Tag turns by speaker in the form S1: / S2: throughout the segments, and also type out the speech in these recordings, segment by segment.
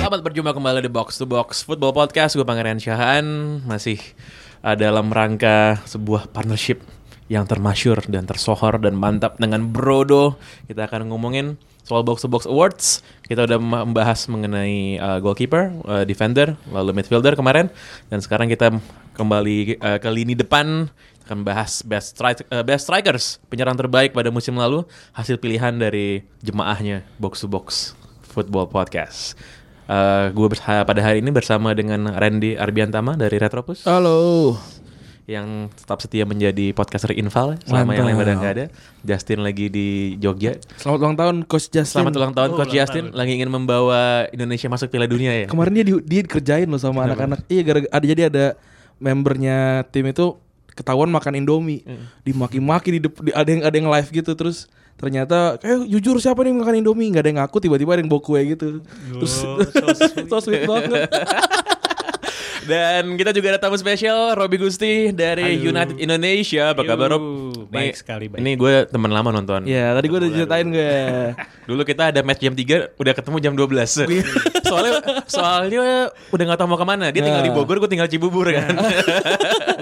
S1: Selamat berjumpa kembali di Box to Box Football Podcast. Gue Pangeran Syahan masih uh, dalam rangka sebuah partnership yang termasyur dan tersohor dan mantap dengan Brodo. Kita akan ngomongin soal Box to Box Awards. Kita udah membahas mengenai uh, goalkeeper, uh, defender, lalu midfielder kemarin dan sekarang kita kembali uh, ke lini depan akan bahas best stri- uh, best strikers, penyerang terbaik pada musim lalu, hasil pilihan dari jemaahnya Box to Box Football Podcast. Eh, gue bersa- pada hari ini bersama dengan Randy Arbiantama dari Retropus
S2: Oh. Halo.
S1: yang tetap setia menjadi podcaster Infal ya, selama yang lain
S2: Mantap.
S1: pada nggak ada. Justin lagi di Jogja.
S2: Selamat ulang tahun Coach Justin.
S1: Selamat ulang tahun Coach Justin lagi ingin membawa Indonesia masuk Piala Dunia ya.
S2: Kemarin dia di, dia dikerjain loh sama anak-anak. Iya gara ada jadi ada membernya tim itu ketahuan makan Indomie. Dimaki-maki di, dep- di- ada yang ada yang live gitu terus ternyata eh jujur siapa nih yang makan Indomie? Gak ada yang ngaku tiba-tiba ada yang bawa kue gitu. Terus so sweet banget.
S1: Dan kita juga ada tamu spesial Robi Gusti dari United Indonesia. Apa kabar Rob? Nih-
S3: Baik sekali, baik.
S1: Ini gue teman lama nonton.
S2: Ya, tadi gue udah ceritain gue.
S1: Dulu kita ada match jam 3 udah ketemu jam 12. soalnya soalnya udah nggak tahu mau kemana. Dia tinggal di
S2: Nah.
S1: Bogor, gue tinggal Cibubur
S3: Nah.
S1: kan.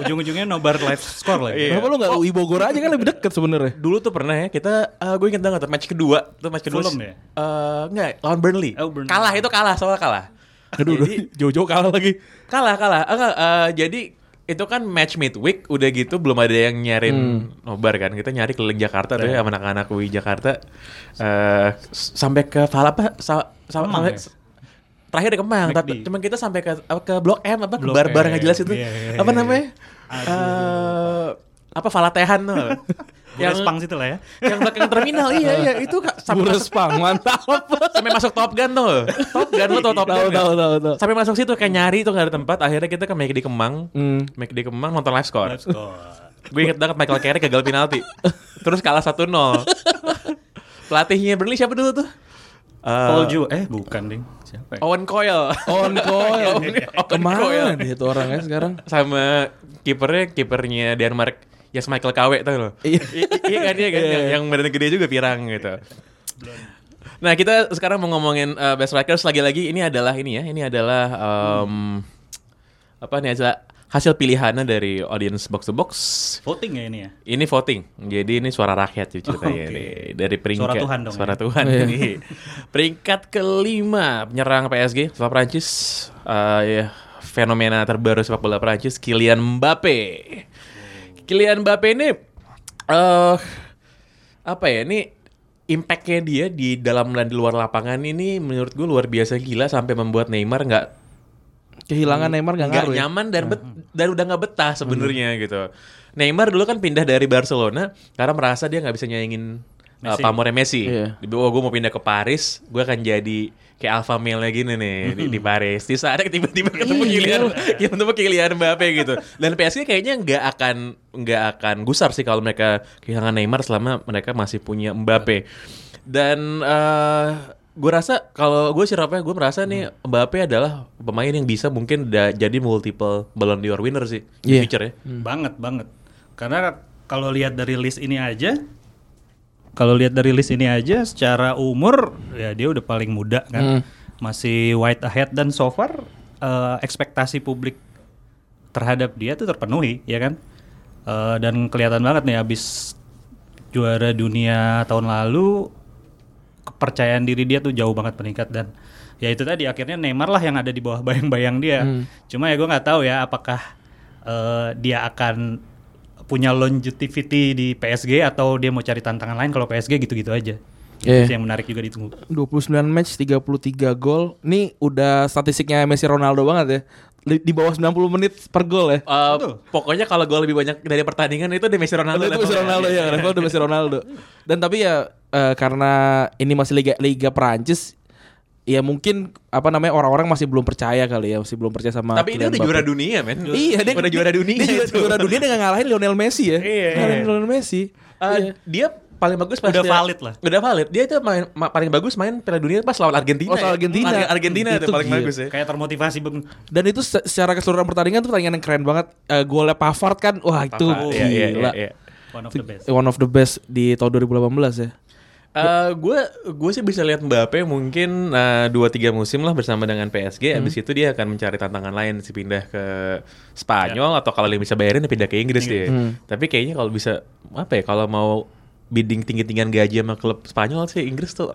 S3: Ujung-ujungnya nobar live score lagi.
S2: Kenapa lu gak UI Bogor aja kan lebih deket sebenarnya.
S1: Dulu tuh pernah ya kita eh, gue inget banget tuh match kedua tuh match kedua.
S3: Fulham
S1: eh,
S3: ya?
S1: enggak, lawan Burnley.
S3: Oh, Burnley.
S1: Kalah itu kalah, soalnya kalah.
S2: Aduh, udah jauh-jauh kalah lagi.
S1: Kalah, kalah. Eh, enggak, eh, jadi itu kan match midweek udah gitu belum ada yang nyarin
S2: Hmm.
S1: nobar kan. Kita nyari keliling Jakarta tuh ya
S2: Iya.
S1: sama anak-anak UI Jakarta. Eh s- sampai ke Fala apa sa- sa-
S3: Kemang
S1: sampai-
S3: ya?
S1: s- terakhir di Kemang,
S3: McD.
S1: tapi cuman kita sampai ke apa, ke Blok M apa ke
S3: Blok
S1: bar-bar nggak
S3: M,
S1: jelas itu.
S3: iya, iya,
S1: Apa
S3: iya.
S1: namanya?
S3: Aduh.
S1: Eh, apa Falatehan tuh.
S3: Yang Spang situ lah ya.
S1: yang belakang terminal iya iya itu ka- sampai
S2: Sampai
S1: masuk,
S2: Spang, mantap.
S1: sampai masuk Top Gun tuh Top Gun lo tau Top Gun
S2: Tahu
S1: ya?
S2: tahu tahu tahu.
S1: sampai masuk situ kayak nyari tuh gak ada tempat akhirnya kita ke McD Kemang
S2: Hmm.
S1: McD Kemang nonton live score
S3: Live score.
S1: gue inget banget Michael Carey gagal penalti terus kalah 1-0 pelatihnya Burnley siapa dulu tuh Eh,
S3: Paul Ju eh bukan ding. Siapa? ya?
S1: Owen Coyle
S2: On
S1: On
S2: coil.
S1: coil.
S2: Kemana dia tuh orangnya ya sekarang?
S1: sama kipernya kipernya Denmark Yes Michael Kawe tau lo I-
S2: Iya.
S1: i- iya kan iya kan yang, yang badan gede juga pirang gitu nah kita sekarang mau ngomongin uh, best strikers lagi-lagi ini adalah ini ya ini adalah um, apa nih adalah hasil pilihannya dari audience box to box
S3: Voting ya ini ya.
S1: ini voting jadi ini suara rakyat sih ceritanya
S3: Oke.
S1: ini. dari peringkat
S3: Suara Tuhan dong
S1: suara
S3: ya.
S1: Tuhan ini peringkat kelima penyerang PSG setelah Prancis eh, ya, fenomena terbaru sepak bola Prancis Kylian Mbappe Kylian Mbappe ini eh apa ya ini impactnya dia di dalam dan di luar lapangan ini menurut gue luar biasa gila sampai membuat Neymar nggak
S2: Kehilangan Neymar gak
S1: Hmm. nggak
S2: ngaruh ya?
S1: nyaman dan bet- dan udah nggak betah sebenarnya gitu. Neymar dulu kan pindah dari Barcelona karena merasa dia nggak bisa nyaingin uh,
S3: Messi.
S1: pamornya Messi.
S2: Iya.
S1: Dia bilang, oh gue mau pindah ke Paris, gue akan jadi kayak alpha male gini nih di, di Paris. Di sana tiba-tiba ketemu
S2: Iya.
S1: Kylian, ketemu Kylian Mbappe gitu. Dan PSG kayaknya nggak akan nggak akan gusar sih kalau mereka kehilangan Neymar selama mereka masih punya Mbappe. Dan eh gue rasa kalau gue sirapnya gue merasa nih
S2: Mm.
S1: Mbappe adalah pemain yang bisa mungkin da- jadi multiple Ballon d'Or winner sih di
S2: Iya.
S1: future ya.
S3: Banget banget. Karena kalau lihat dari list ini aja kalau lihat dari list ini aja secara umur ya dia udah paling muda kan. Masih wide ahead dan so far eh, ekspektasi publik terhadap dia tuh terpenuhi ya kan. Eh, dan kelihatan banget nih abis juara dunia tahun lalu kepercayaan diri dia tuh jauh banget meningkat dan ya itu tadi akhirnya Neymar lah yang ada di bawah bayang-bayang dia. Cuma ya gue nggak tahu ya apakah eh, dia akan punya longevity di PSG atau dia mau cari tantangan lain kalau PSG gitu-gitu aja.
S2: Iya.
S3: Itu yang menarik juga ditunggu.
S2: 29 match, 33 gol. Nih udah statistiknya Messi Ronaldo banget ya. Di di bawah 90 menit per gol ya.
S1: Eh, pokoknya kalau gue lebih banyak dari pertandingan itu di Messi Ronaldo.
S2: Itu Messi
S1: levelnya. Iya.
S2: Ronaldo ya, level udah Messi Ronaldo. Dan tapi ya eh, karena ini masih liga liga Perancis ya mungkin apa namanya orang-orang masih belum percaya kali ya, masih belum percaya sama
S1: Tapi dia
S2: Kylian
S1: udah juara
S2: Mbappe.
S1: dunia, men.
S2: Iya, dia
S1: udah juara dunia.
S2: Dia juga
S1: itu.
S2: juara dunia dengan ngalahin Lionel Messi ya.
S1: Iya.
S2: Ngalahin Lionel Messi.
S1: Eh,
S2: Iya.
S1: Dia paling bagus pas
S3: Udah
S1: dia-
S3: valid lah.
S1: Udah valid. Dia itu main, ma- paling bagus main Piala Dunia pas lawan Argentina.
S2: Oh, lawan
S1: ya.
S2: Argentina.
S1: Lawan Argentina itu,
S2: Itu
S1: paling
S2: gila.
S1: bagus ya.
S3: Kayak termotivasi bang.
S2: Dan itu se- secara keseluruhan pertandingan tuh pertandingan yang keren banget. Eh, golnya Pavard kan, wah itu
S1: Pavard, iya,
S2: gila.
S1: iya, iya, iya.
S3: One of the best. Iya.
S2: One of the best di tahun 2018 ya.
S1: gue gue Eh, sih bisa lihat Mbappe mungkin eh, dua tiga musim lah bersama dengan PSG.
S2: Hmm.
S1: Abis itu dia akan mencari tantangan lain sih pindah ke Spanyol
S2: Ya.
S1: atau kalau dia bisa bayarin dia pindah ke Inggris dia. ya.
S2: Hmm.
S1: Tapi kayaknya kalau bisa apa ya kalau mau bidding tinggi tinggian gaji sama klub Spanyol sih Inggris tuh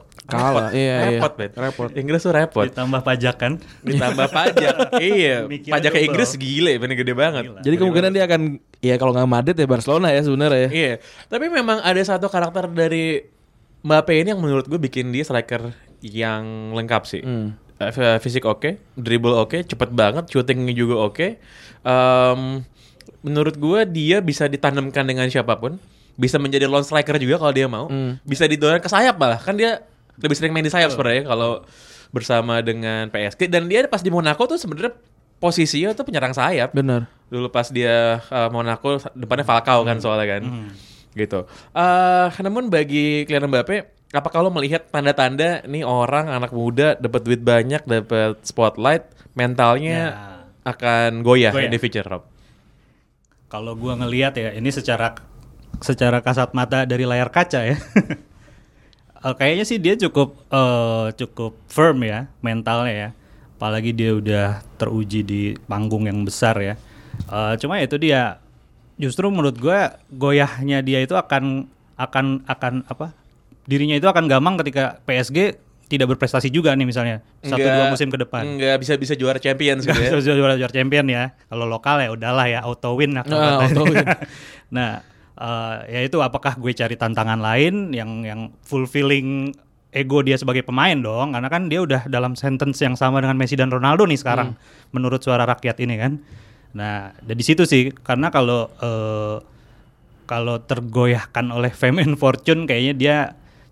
S2: Kalah,
S1: repot,
S2: iya, iya.
S1: repot, Bet.
S2: Repot.
S1: Inggris tuh repot.
S3: Ditambah pajak kan.
S1: Ditambah pajak, iya.
S3: Mikirnya
S1: Pajak ke
S3: double.
S1: Inggris gile, bener gede banget.
S3: Gila.
S2: Jadi kemungkinan dia akan ya kalau nggak Madrid ya Barcelona ya sebenarnya ya.
S1: Iya, tapi memang ada satu karakter dari Mbappe ini yang menurut gue bikin dia striker yang lengkap sih. Eh, f- fisik oke, dribble oke, cepet banget, shooting juga oke. Em, menurut gue dia bisa ditandemkan dengan siapapun, bisa menjadi lone striker juga kalau dia mau, bisa didorong ke sayap malah kan dia lebih sering main di sayap sebenarnya kalau bersama dengan PSG dan dia pas di Monaco tuh sebenarnya posisinya tuh penyerang sayap
S2: Benar.
S1: dulu pas dia uh, Monaco depannya Falcao kan
S3: Hmm.
S1: soalnya kan gitu Eh namun bagi Kylian Mbappe apakah lo melihat tanda-tanda nih orang anak muda dapat duit banyak dapat spotlight mentalnya akan goyah,
S3: Ya. Goyah.
S1: in the future Rob
S3: Kalau gua ngelihat ya ini secara secara kasat mata dari layar kaca ya. Eh, Kayaknya sih dia cukup eh, cukup firm ya mentalnya ya. Apalagi dia udah teruji di panggung yang besar ya. Eh, cuma ya itu dia justru menurut gua goyahnya dia itu akan akan akan apa? Dirinya itu akan gamang ketika PSG tidak berprestasi juga nih misalnya satu dua
S1: Nggak-
S3: musim ke depan.
S1: nggak bisa bisa juara Champions gitu
S3: Nggak
S1: ya
S3: bisa juara juara champion ya. Kalau lokal ya udahlah ya auto win lah kalau
S2: Ah,
S3: katanya.
S2: auto win.
S3: nah, eh, ya itu apakah gue cari tantangan lain yang yang fulfilling ego dia sebagai pemain dong karena kan dia udah dalam sentence yang sama dengan Messi dan Ronaldo nih sekarang menurut suara rakyat ini kan. Nah, dari situ sih karena kalau eh, kalau tergoyahkan oleh fame and fortune kayaknya dia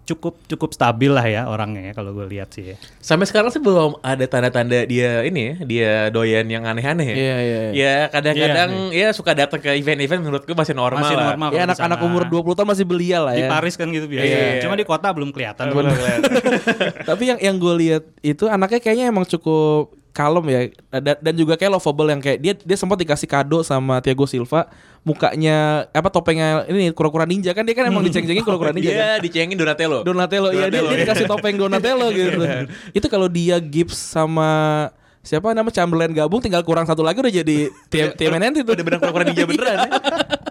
S3: cukup cukup stabil lah ya orangnya ya kalau gue lihat sih. Ya.
S1: sampai sekarang sih belum ada tanda-tanda dia ini ya dia doyan yang aneh-aneh ya
S2: Iya, iya, iya.
S1: ya kadang-kadang ya suka datang ke event-event menurut gue masih normal
S3: Iya, Masih
S1: lah.
S2: Ya
S3: normal kalau di
S2: anak-anak
S3: sana.
S2: umur 20 tahun masih belia lah
S3: Di
S2: ya.
S3: Paris kan gitu biasa.
S1: Iya.
S3: Cuma di kota belum kelihatan.
S1: Belum kelihatan.
S2: Tapi yang yang gue lihat itu anaknya kayaknya emang cukup kalem ya dan, dan juga kayak lovable yang kayak dia dia sempat dikasih kado sama Thiago Silva mukanya apa topengnya ini kura-kura ninja kan dia kan
S3: Hmm.
S2: emang diceng-cengin kura-kura ninja
S1: Dia
S2: kan?
S1: Iya, dicengin Donatello.
S2: Donatello, ya dia, dia
S1: Donatello, iya.
S2: dikasih topeng Donatello gitu. Itu kalau dia Gibbs sama siapa nama Chamberlain gabung tinggal kurang satu lagi udah jadi tim TMNT
S1: Iya.
S2: itu Iya.
S1: Udah bener kura-kura ninja beneran ya.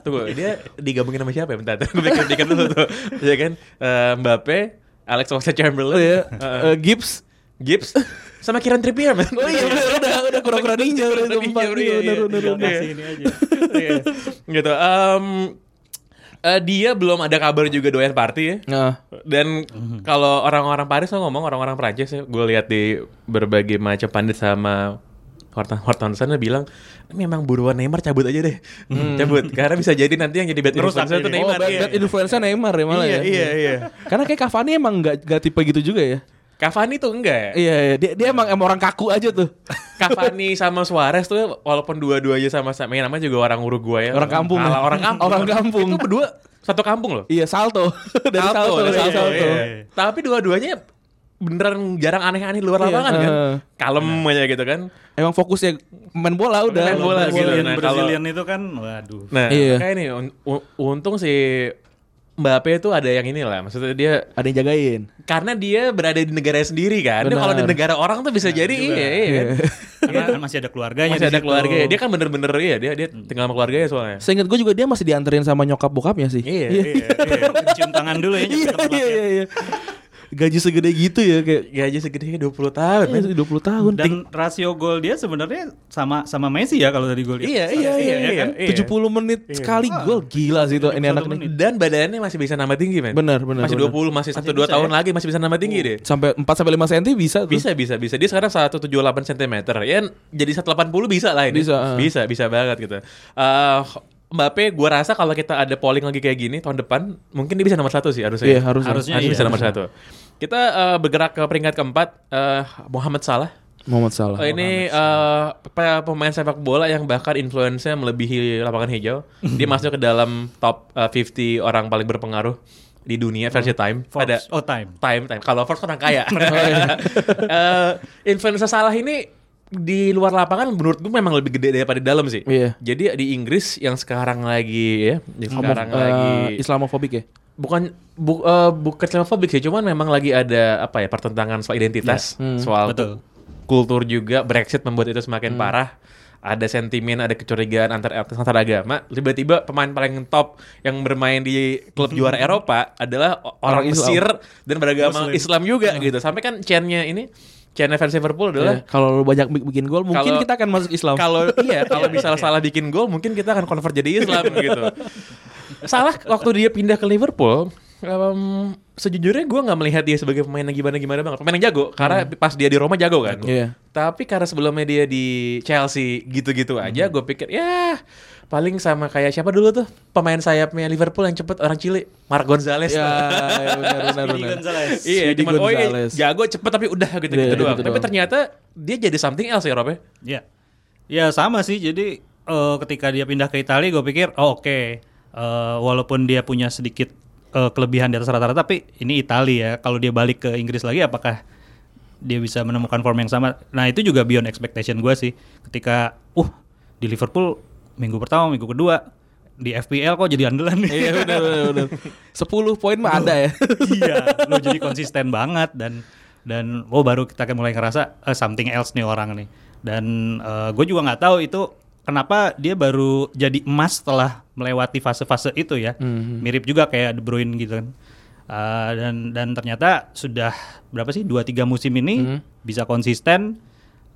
S1: Tunggu, dia digabungin sama siapa ya? Bentar, gue pikir-pikir dulu tuh. Ya kan, Eh, Mbappe, Alex Oxlade-Chamberlain,
S2: ya.
S1: eh,
S2: Eh, Gibbs
S1: Gibbs, sama Kieran Trippier, man.
S2: Oh iya bener, udah udah kura-kura ninja udah itu
S1: Kura-kura ninja,
S2: empat
S1: udah, iya,
S2: bener,
S1: iya.
S2: bener,
S3: Tinggal
S2: bener.
S3: kasih ini aja.
S1: Iya. gitu. Em, eh, dia belum ada kabar juga doyan party ya.
S2: Nah,
S1: Dan
S2: Mhm.
S1: kalau orang-orang Paris lo ngomong orang-orang Prancis ya, gue lihat di berbagai macam pandit sama Horton Hortonson bilang memang buruan Neymar cabut aja deh.
S2: Mhm.
S1: Cabut karena bisa jadi nanti yang jadi bad
S3: Ngerusak
S1: influencer itu
S3: ini.
S1: Neymar.
S2: oh bad,
S1: iya.
S2: bad influencer Neymar ya malah
S1: Iya,
S2: ya.
S1: iya, iya.
S2: Karena kayak Cavani emang gak, gak tipe gitu juga ya.
S1: Cavani tuh enggak ya?
S2: Iya, iya. Dia, dia emang, emang orang kaku aja tuh.
S1: Cavani sama Suarez tuh walaupun dua-duanya sama-sama ya, namanya juga orang Uruguay ya.
S2: Orang kampung ya.
S1: Ala- orang kampung.
S2: Orang kampung.
S1: Itu berdua satu kampung loh.
S2: Iya, salto. Dari salto,
S1: dari
S2: dari
S1: Salto,
S2: salto.
S1: iya, iya. Tapi dua-duanya beneran jarang aneh-aneh di luar
S2: Iya,
S1: lapangan kan.
S2: eh.
S1: Kalem aja gitu kan.
S2: Emang fokusnya main bola udah.
S1: Main bola,
S3: Kalau Brazilian,
S1: gitu. Nah, kalau-
S3: Brazilian itu kan waduh.
S1: Nah,
S2: Iya.
S1: kayak ini un- un- untung si Mbappe itu ada yang inilah. Maksudnya dia
S2: Ada yang jagain.
S1: karena dia berada di negaranya sendiri kan. Dia
S2: Benar.
S1: kalau di negara orang tuh bisa jadi iya, iya kan.
S3: Karena kan masih ada keluarganya
S1: Masih ada
S3: di
S2: gitu.
S3: situ.
S1: keluarga ya. Dia kan bener-bener iya, dia dia tinggal sama keluarganya soalnya.
S2: Seingat gue juga dia masih dianterin sama nyokap bokapnya sih.
S1: Iya, iya.
S3: Iya, cium tangan dulu ya.
S2: Iya, iya, iya, iya. Gaji segede gitu ya kayak
S1: Gaji segede 20 tahun. men.
S2: eh, 20 tahun.
S3: Dan rasio gol dia sebenarnya sama sama Messi ya kalau dari gol
S1: Iya, iya, iya, iya. Ah,
S2: Ting- 70 kan? menit sekali gol gila sih itu ini anak nih.
S3: menit.
S1: Dan badannya masih bisa nambah tinggi, men.
S2: Benar, benar,
S1: Masih
S2: benar.
S1: 20, masih 1 2 tahun lagi masih bisa ya? nambah tinggi deh.
S2: Sampai 4 sampai 5 cm bisa tuh.
S1: Bisa, bisa, bisa. Dia sekarang 178 cm. Ya jadi 180 bisa lah ini.
S2: Bisa, eh.
S1: bisa, bisa banget gitu. Eh Mbappe gue rasa kalau kita ada polling lagi kayak gini tahun depan mungkin dia bisa nomor satu sih harusnya. ya.
S2: Iya, harusnya.
S1: harusnya,
S3: Harusnya
S1: bisa
S3: iya.
S1: nomor satu. Kita eh, bergerak ke peringkat keempat eh, Muhammad Salah.
S2: Muhammad Salah.
S1: Oh, ini eh, pe- pemain sepak bola yang bahkan influence-nya melebihi lapangan hijau. Dia masuk ke dalam top eh, 50 orang paling berpengaruh di dunia versi Time. Ada
S3: Forbes. Oh time.
S1: Time Time. Kalau Forbes orang kaya. Eh, influencer salah ini di luar lapangan menurut gue memang lebih gede daripada di dalam sih.
S2: Iya.
S1: Jadi di Inggris yang sekarang lagi ya, di sekarang
S2: Homo-
S1: lagi
S2: eh, Islamofobik ya?
S1: bukan bu, eh, bukan Islamophobic sih, cuman memang lagi ada apa ya pertentangan soal identitas,
S2: Ya, hmm,
S1: soal
S3: Betul.
S1: kultur juga Brexit membuat itu semakin
S2: Hmm.
S1: parah. Ada sentimen, ada kecurigaan antar antar agama. Tiba-tiba pemain paling top yang bermain di klub juara Eropa adalah o- orang,
S2: Orang Islam. Hmm.
S1: Mesir dan beragama
S3: Muslim.
S1: Islam juga gitu. Sampai kan chainnya ini, chainnya fans Liverpool
S2: Iya,
S1: adalah
S2: Kalau lu banyak bi- bikin gol, mungkin
S1: Kalau-
S2: kita akan masuk Islam.
S1: kalau iya kalau misalnya salah bikin gol mungkin kita akan convert jadi Islam gitu. Salah waktu dia pindah ke Liverpool, em, sejujurnya gue nggak melihat dia sebagai pemain yang gimana gimana banget. Pemain yang jago karena pas dia di Roma jago kan.
S2: Hmm. Iya.
S1: Tapi karena sebelumnya dia di Chelsea gitu-gitu
S2: Hmm.
S1: aja, gue pikir ya paling sama kayak siapa dulu tuh pemain sayapnya Liverpool yang cepet orang Chile, Mark Gonzalez.
S2: ya, ya, benar benar
S3: Speedy
S2: benar.
S3: Gonzalez.
S1: Iya,
S2: Speedy
S1: cuman oh iya,
S2: Gonzalez.
S1: jago cepet tapi udah gitu-gitu
S2: Iya,
S1: doang.
S2: gitu
S1: Tapi
S2: doang.
S1: ternyata dia jadi something else ya Rob ya?
S3: Ya, ya sama sih. Jadi eh, ketika dia pindah ke Italia, gue pikir oh, oke, Eh, walaupun dia punya sedikit eh, kelebihan di atas rata-rata, tapi ini Italia ya. Kalau dia balik ke Inggris lagi, apakah dia bisa menemukan form yang sama? Nah itu juga beyond expectation gue sih. Ketika, uh, di Liverpool minggu pertama, minggu kedua di FPL kok jadi andalan nih.
S2: Iya benar benar benar. 10 poin mah ada ya.
S3: iya, lo jadi konsisten banget dan dan oh baru kita akan mulai ngerasa eh, something else nih orang nih. Dan gue juga nggak tahu itu kenapa dia baru jadi emas setelah melewati fase-fase itu ya. Mirip juga kayak De Bruyne gitu kan. Eh, dan dan ternyata sudah berapa sih dua tiga musim ini bisa konsisten.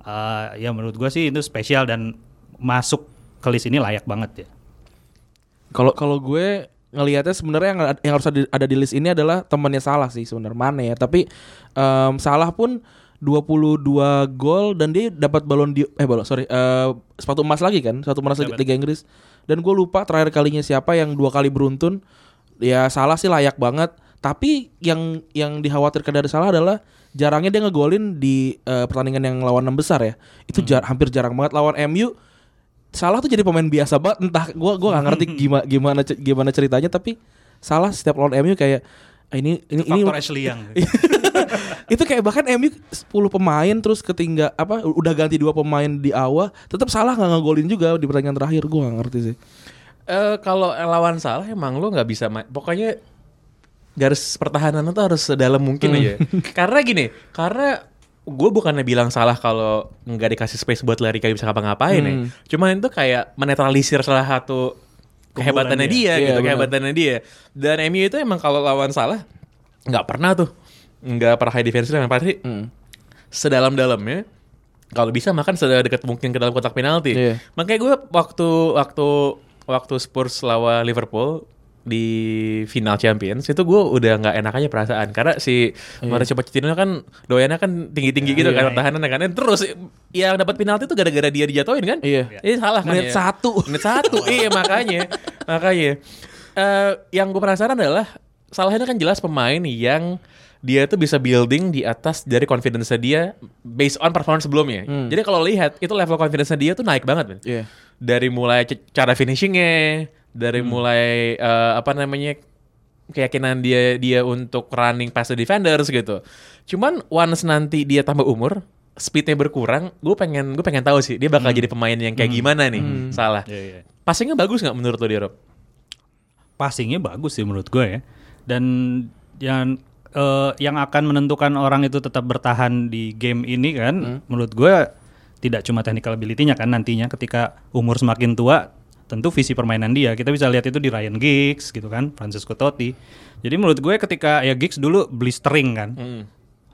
S3: Eh, ya menurut gue sih itu spesial dan masuk ke list ini layak banget ya.
S2: Kalau kalau gue ngelihatnya sebenarnya yang, yang harus ada, ada di list ini adalah temannya salah sih sebenarnya Mane ya. Tapi em, salah pun 22 gol dan dia dapat balon di eh balon sorry eh, sepatu emas lagi kan sepatu emas Liga, Liga Inggris dan gue lupa terakhir kalinya siapa yang dua kali beruntun ya salah sih layak banget tapi yang yang dikhawatirkan dari salah adalah jarangnya dia ngegolin di eh, pertandingan yang lawan 6 besar ya itu jar- hampir jarang banget lawan MU Salah tuh jadi pemain biasa banget entah gua gua nggak ngerti gimana gimana ce- gimana ceritanya tapi salah setiap lawan MU kayak "Ah, ini ini ini
S3: Faktor ya." Ashley Young.
S2: itu kayak bahkan MU 10 pemain terus ketinggal apa udah ganti dua pemain di awal tetap salah nggak ngegolin juga di pertandingan terakhir gua nggak ngerti sih.
S1: Eh kalau lawan salah emang lo nggak bisa ma- pokoknya garis pertahanan itu harus sedalam mungkin
S2: Hmm.
S1: aja. karena gini, karena gue bukannya bilang salah kalau nggak dikasih space buat lari kayak bisa ngapa-ngapain ya.
S2: Hmm.
S1: Cuman itu kayak menetralisir salah satu kehebatannya dia,
S2: dia. Iya,
S1: gitu,
S2: benar.
S1: kehebatannya dia. Dan MU itu emang kalau lawan salah nggak pernah tuh nggak pernah high defense yang pasti sedalam-dalamnya kalau bisa makan sedekat mungkin ke dalam kotak penalti.
S2: Iya.
S1: Makanya gue waktu waktu waktu Spurs lawan Liverpool di final Champions itu gue udah nggak enak aja perasaan karena si Mauricio Pochettino kan doyannya kan tinggi-tinggi gitu kan pertahanan kan Dan terus yang dapat penalti itu gara-gara dia dijatuhin kan
S2: Iya.
S1: ini salah kan ya?
S2: Menit satu.
S1: menit satu iya makanya makanya Eh, yang gue penasaran adalah salahnya kan jelas pemain yang dia tuh bisa building di atas dari confidence dia based on performance sebelumnya.
S2: Hmm.
S1: Jadi kalau lihat itu level confidence dia tuh naik banget, men.
S2: Iya.
S1: Dari mulai c- cara finishingnya, dari
S3: Hmm.
S1: mulai eh, apa namanya keyakinan dia dia untuk running past the defenders gitu. Cuman once nanti dia tambah umur, speednya berkurang, gue pengen gue pengen tahu sih dia bakal jadi pemain yang kayak gimana nih, salah.
S3: Hmm. Iya, iya.
S1: Passingnya bagus nggak menurut lo dia Rob?
S3: passingnya bagus sih menurut gue ya. Dan yang eh, yang akan menentukan orang itu tetap bertahan di game ini kan, menurut gue tidak cuma technical ability-nya kan nantinya ketika umur semakin tua tentu visi permainan dia kita bisa lihat itu di Ryan Giggs gitu kan Francesco Totti jadi menurut gue ketika ya Giggs dulu blistering kan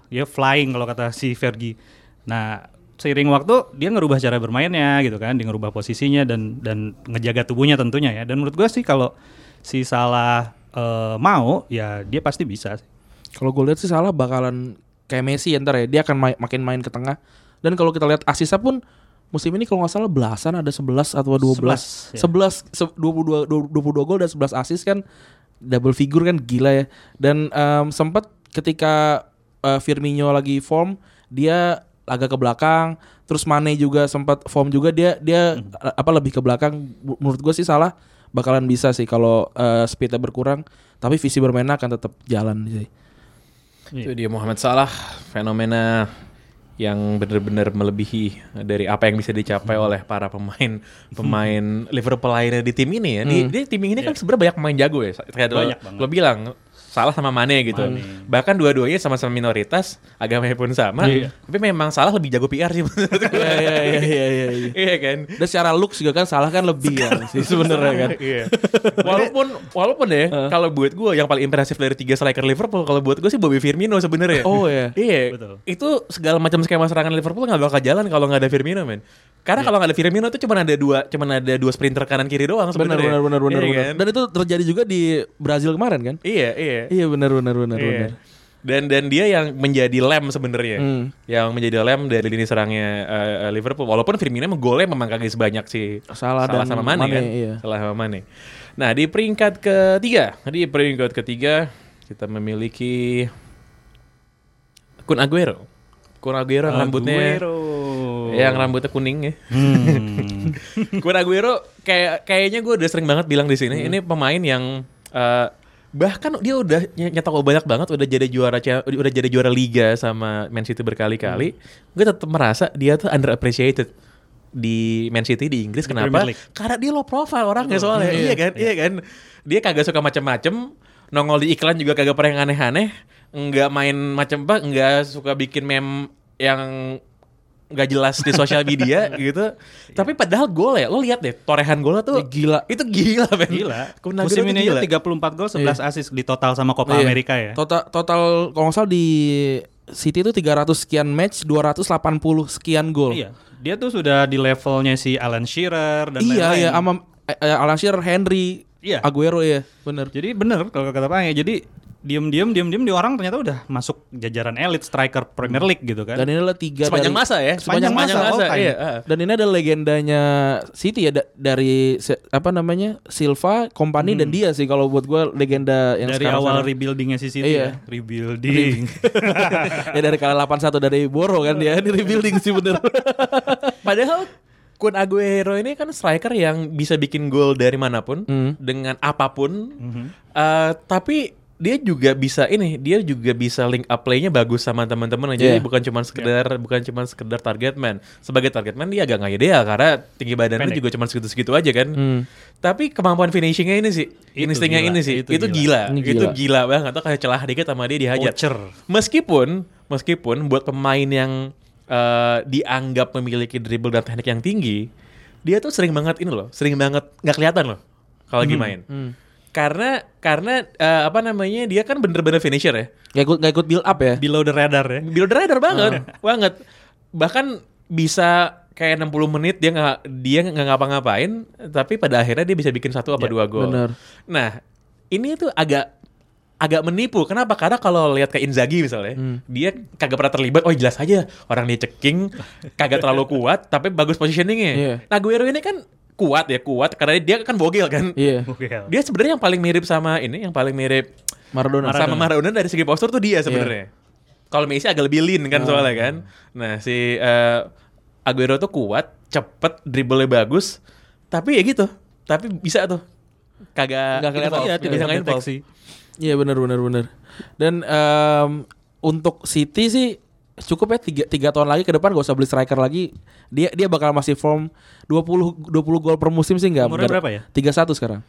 S3: dia flying kalau kata si Fergie. Nah, seiring waktu dia ngerubah cara bermainnya gitu kan, dia ngerubah posisinya dan dan ngejaga tubuhnya tentunya ya. Dan menurut gua sih kalau si salah eh, mau ya dia pasti bisa. sih.
S2: Kalau gue lihat sih salah bakalan kayak Messi ya ntar ya dia akan ma- makin main ke tengah dan kalau kita lihat asisnya pun musim ini kalau nggak salah belasan ada 11 atau 12. 11,
S3: 11, ya.
S2: 11 se- 22 22 gol dan 11 assist kan double figure kan gila ya. Dan em, sempat ketika eh, Firmino lagi form, dia agak ke belakang, terus Mane juga sempat form juga dia dia eh, apa lebih ke belakang Bu- menurut gue sih salah bakalan bisa sih kalau eh, speednya berkurang, tapi visi bermainnya akan tetap jalan sih.
S3: Iya.
S1: Itu dia Muhammad Salah, fenomena yang benar-benar melebihi dari apa yang bisa dicapai
S3: Hmm.
S1: oleh para pemain pemain Liverpool lainnya di tim ini ya. Di, di tim ini kan sebenarnya banyak pemain jago ya. Kayak lo,
S3: Hmm. Iya. Banyak banget.
S1: lo bilang salah sama Mane gitu.
S3: Mane.
S1: Bahkan dua-duanya sama-sama minoritas, agamanya pun sama.
S3: Iya.
S1: Tapi memang salah lebih jago PR sih menurut gue.
S2: Iya iya iya iya iya. iya.
S1: Iya kan?
S2: Dan secara looks juga kan salah kan lebih ya sih sebenarnya kan.
S1: Iya. Walaupun walaupun ya kalau buat gue yang paling impresif dari tiga striker Liverpool kalau buat gue sih Bobby Firmino sebenarnya.
S2: Oh, iya.
S1: Iya.
S3: Betul.
S1: Itu segala macam skema serangan Liverpool nggak bakal jalan kalau nggak ada Firmino men.
S2: Iya.
S1: Karena kalau nggak ada Firmino tuh cuma ada dua cuma ada dua sprinter kanan kiri doang
S2: Benar
S1: sebenarnya.
S2: benar benar benar.
S1: Iya
S2: benar.
S1: kan?
S2: Dan itu terjadi juga di Brazil kemarin kan?
S1: Iya iya.
S2: Iya benar benar benar
S1: Iya.
S2: benar.
S1: Dan dan dia yang menjadi lem sebenarnya,
S2: Hmm.
S1: yang menjadi lem dari lini serangnya eh, eh, Liverpool. Walaupun Firmino emang golnya memang kagak sebanyak si
S2: Salah dan
S1: sama Mane,
S2: Mane,
S1: kan,
S2: iya.
S1: salah sama Mane. Nah di peringkat ketiga, di peringkat ketiga kita memiliki Kun Aguero, Kun Aguero yang rambutnya
S3: Aguero.
S1: yang rambutnya kuning ya.
S3: Hmm.
S1: Kun Aguero kayak kayaknya gue udah sering banget bilang di
S3: Hmm.
S1: sini ini pemain yang eh, bahkan dia udah ny- nyetak gol banyak banget udah jadi juara cha- udah jadi juara liga sama Man City
S3: Hmm.
S1: berkali-kali gue tetap merasa dia tuh underappreciated di Man City di Inggris
S3: Di
S1: kenapa
S3: Premier League.
S1: karena dia low profile orangnya soalnya iya, kan iya kan dia kagak suka macem-macem nongol di iklan juga kagak pernah yang aneh-aneh nggak main macem apa nggak suka bikin meme yang nggak jelas di sosial media gitu.
S3: Iya.
S1: Tapi padahal gol ya, lo lihat deh torehan golnya tuh
S2: Gila.
S1: Itu gila, Ben.
S3: Gila.
S1: Kun Aguero
S3: Musim
S1: tuh
S3: ini
S1: gila.
S3: aja 34 gol, 11 assist di total sama Copa
S2: Iya.
S3: Amerika ya.
S2: Total total kalau nggak salah di City itu 300 sekian match, 280 sekian gol.
S3: Iya. Dia tuh sudah di levelnya si Alan Shearer dan
S2: Iya
S3: lain-lain.
S2: iya sama eh, eh, Alan Shearer, Henry,
S3: Iya.
S2: Aguero ya, benar.
S3: Jadi bener kalau kata Pak Ange. Jadi diam-diam diam-diam di orang ternyata udah masuk jajaran elit striker Premier League gitu kan.
S2: Dan ini adalah tiga
S1: Sepanjang
S2: dari-
S1: masa ya.
S3: Sepanjang masa, all time.
S1: iya. ah.
S2: Dan ini ada legendanya City ya da- dari se- apa namanya Silva, Kompany dan dia sih kalau buat gue legenda yang
S3: Hmm. dari
S2: sekarang
S3: awal
S2: sekarang.
S3: rebuildingnya si City
S2: Iya.
S3: ya. rebuilding
S2: ya dari kala 81 dari Boro kan dia di rebuilding sih bener.
S1: Padahal Kun Aguero ini kan striker yang bisa bikin gol dari manapun
S2: Hmm.
S1: dengan apapun. Eh, tapi dia juga bisa ini, dia juga bisa link up play-nya bagus sama teman-teman. Jadi
S2: Yeah.
S1: bukan cuma sekedar bukan cuma sekedar target man. Sebagai target man dia agak nggak ideal karena tinggi badannya
S3: Pendek.
S1: juga cuma segitu-segitu aja kan.
S2: Hmm.
S1: Tapi kemampuan finishingnya ini sih,
S3: Itu
S1: instingnya
S3: gila,
S1: ini sih, itu,
S3: itu
S1: gila.
S3: gila.
S2: Ini
S1: itu gila banget. Atau kayak celah dikit sama dia dihajar.
S3: Poacher.
S1: Meskipun meskipun buat pemain yang eh, dianggap memiliki dribble dan teknik yang tinggi, dia tuh sering banget ini loh, sering banget nggak kelihatan loh kalau lagi main. Karena karena eh, apa namanya dia kan bener-bener finisher ya,
S2: Gak ikut gak ikut build up ya.
S3: below the radar ya.
S1: build rider banget,
S2: Ah.
S1: banget. Bahkan bisa kayak 60 menit dia nggak dia nggak ngapa-ngapain, tapi pada akhirnya dia bisa bikin satu apa dua gol.
S2: Ya, bener.
S1: Nah ini tuh agak agak menipu. Kenapa? Karena kalau lihat kayak Inzaghi misalnya,
S2: Hmm.
S1: dia kagak pernah terlibat. Oh jelas aja orang dia ceking, kagak terlalu kuat, tapi bagus positioningnya.
S2: Iya.
S1: Nah Guero ini kan kuat ya kuat, karena dia kan bogel kan.
S2: Iya.
S3: Oke.
S1: Dia sebenarnya yang paling mirip sama ini, yang paling mirip
S2: Maradona. Iya.
S1: sama Maradona dari segi postur tuh dia sebenarnya. Kalau Messi agak lebih lean
S2: Ah.
S1: kan soalnya kan. Nah si eh, Aguero tuh kuat, cepet, dribblenya bagus, tapi ya gitu. Tapi bisa tuh kagak
S2: Nggak kelihatan.
S1: involve,
S2: Iya,
S1: bisa
S3: tidak
S1: nggak involve.
S3: deteksi.
S2: Iya bener bener bener. Dan em, untuk City sih cukup ya tiga, tiga tahun lagi ke depan gak usah beli striker lagi dia dia bakal masih form 20 20 gol per musim sih nggak
S3: Umurnya
S2: nggak-
S3: berapa ya?
S2: 31 sekarang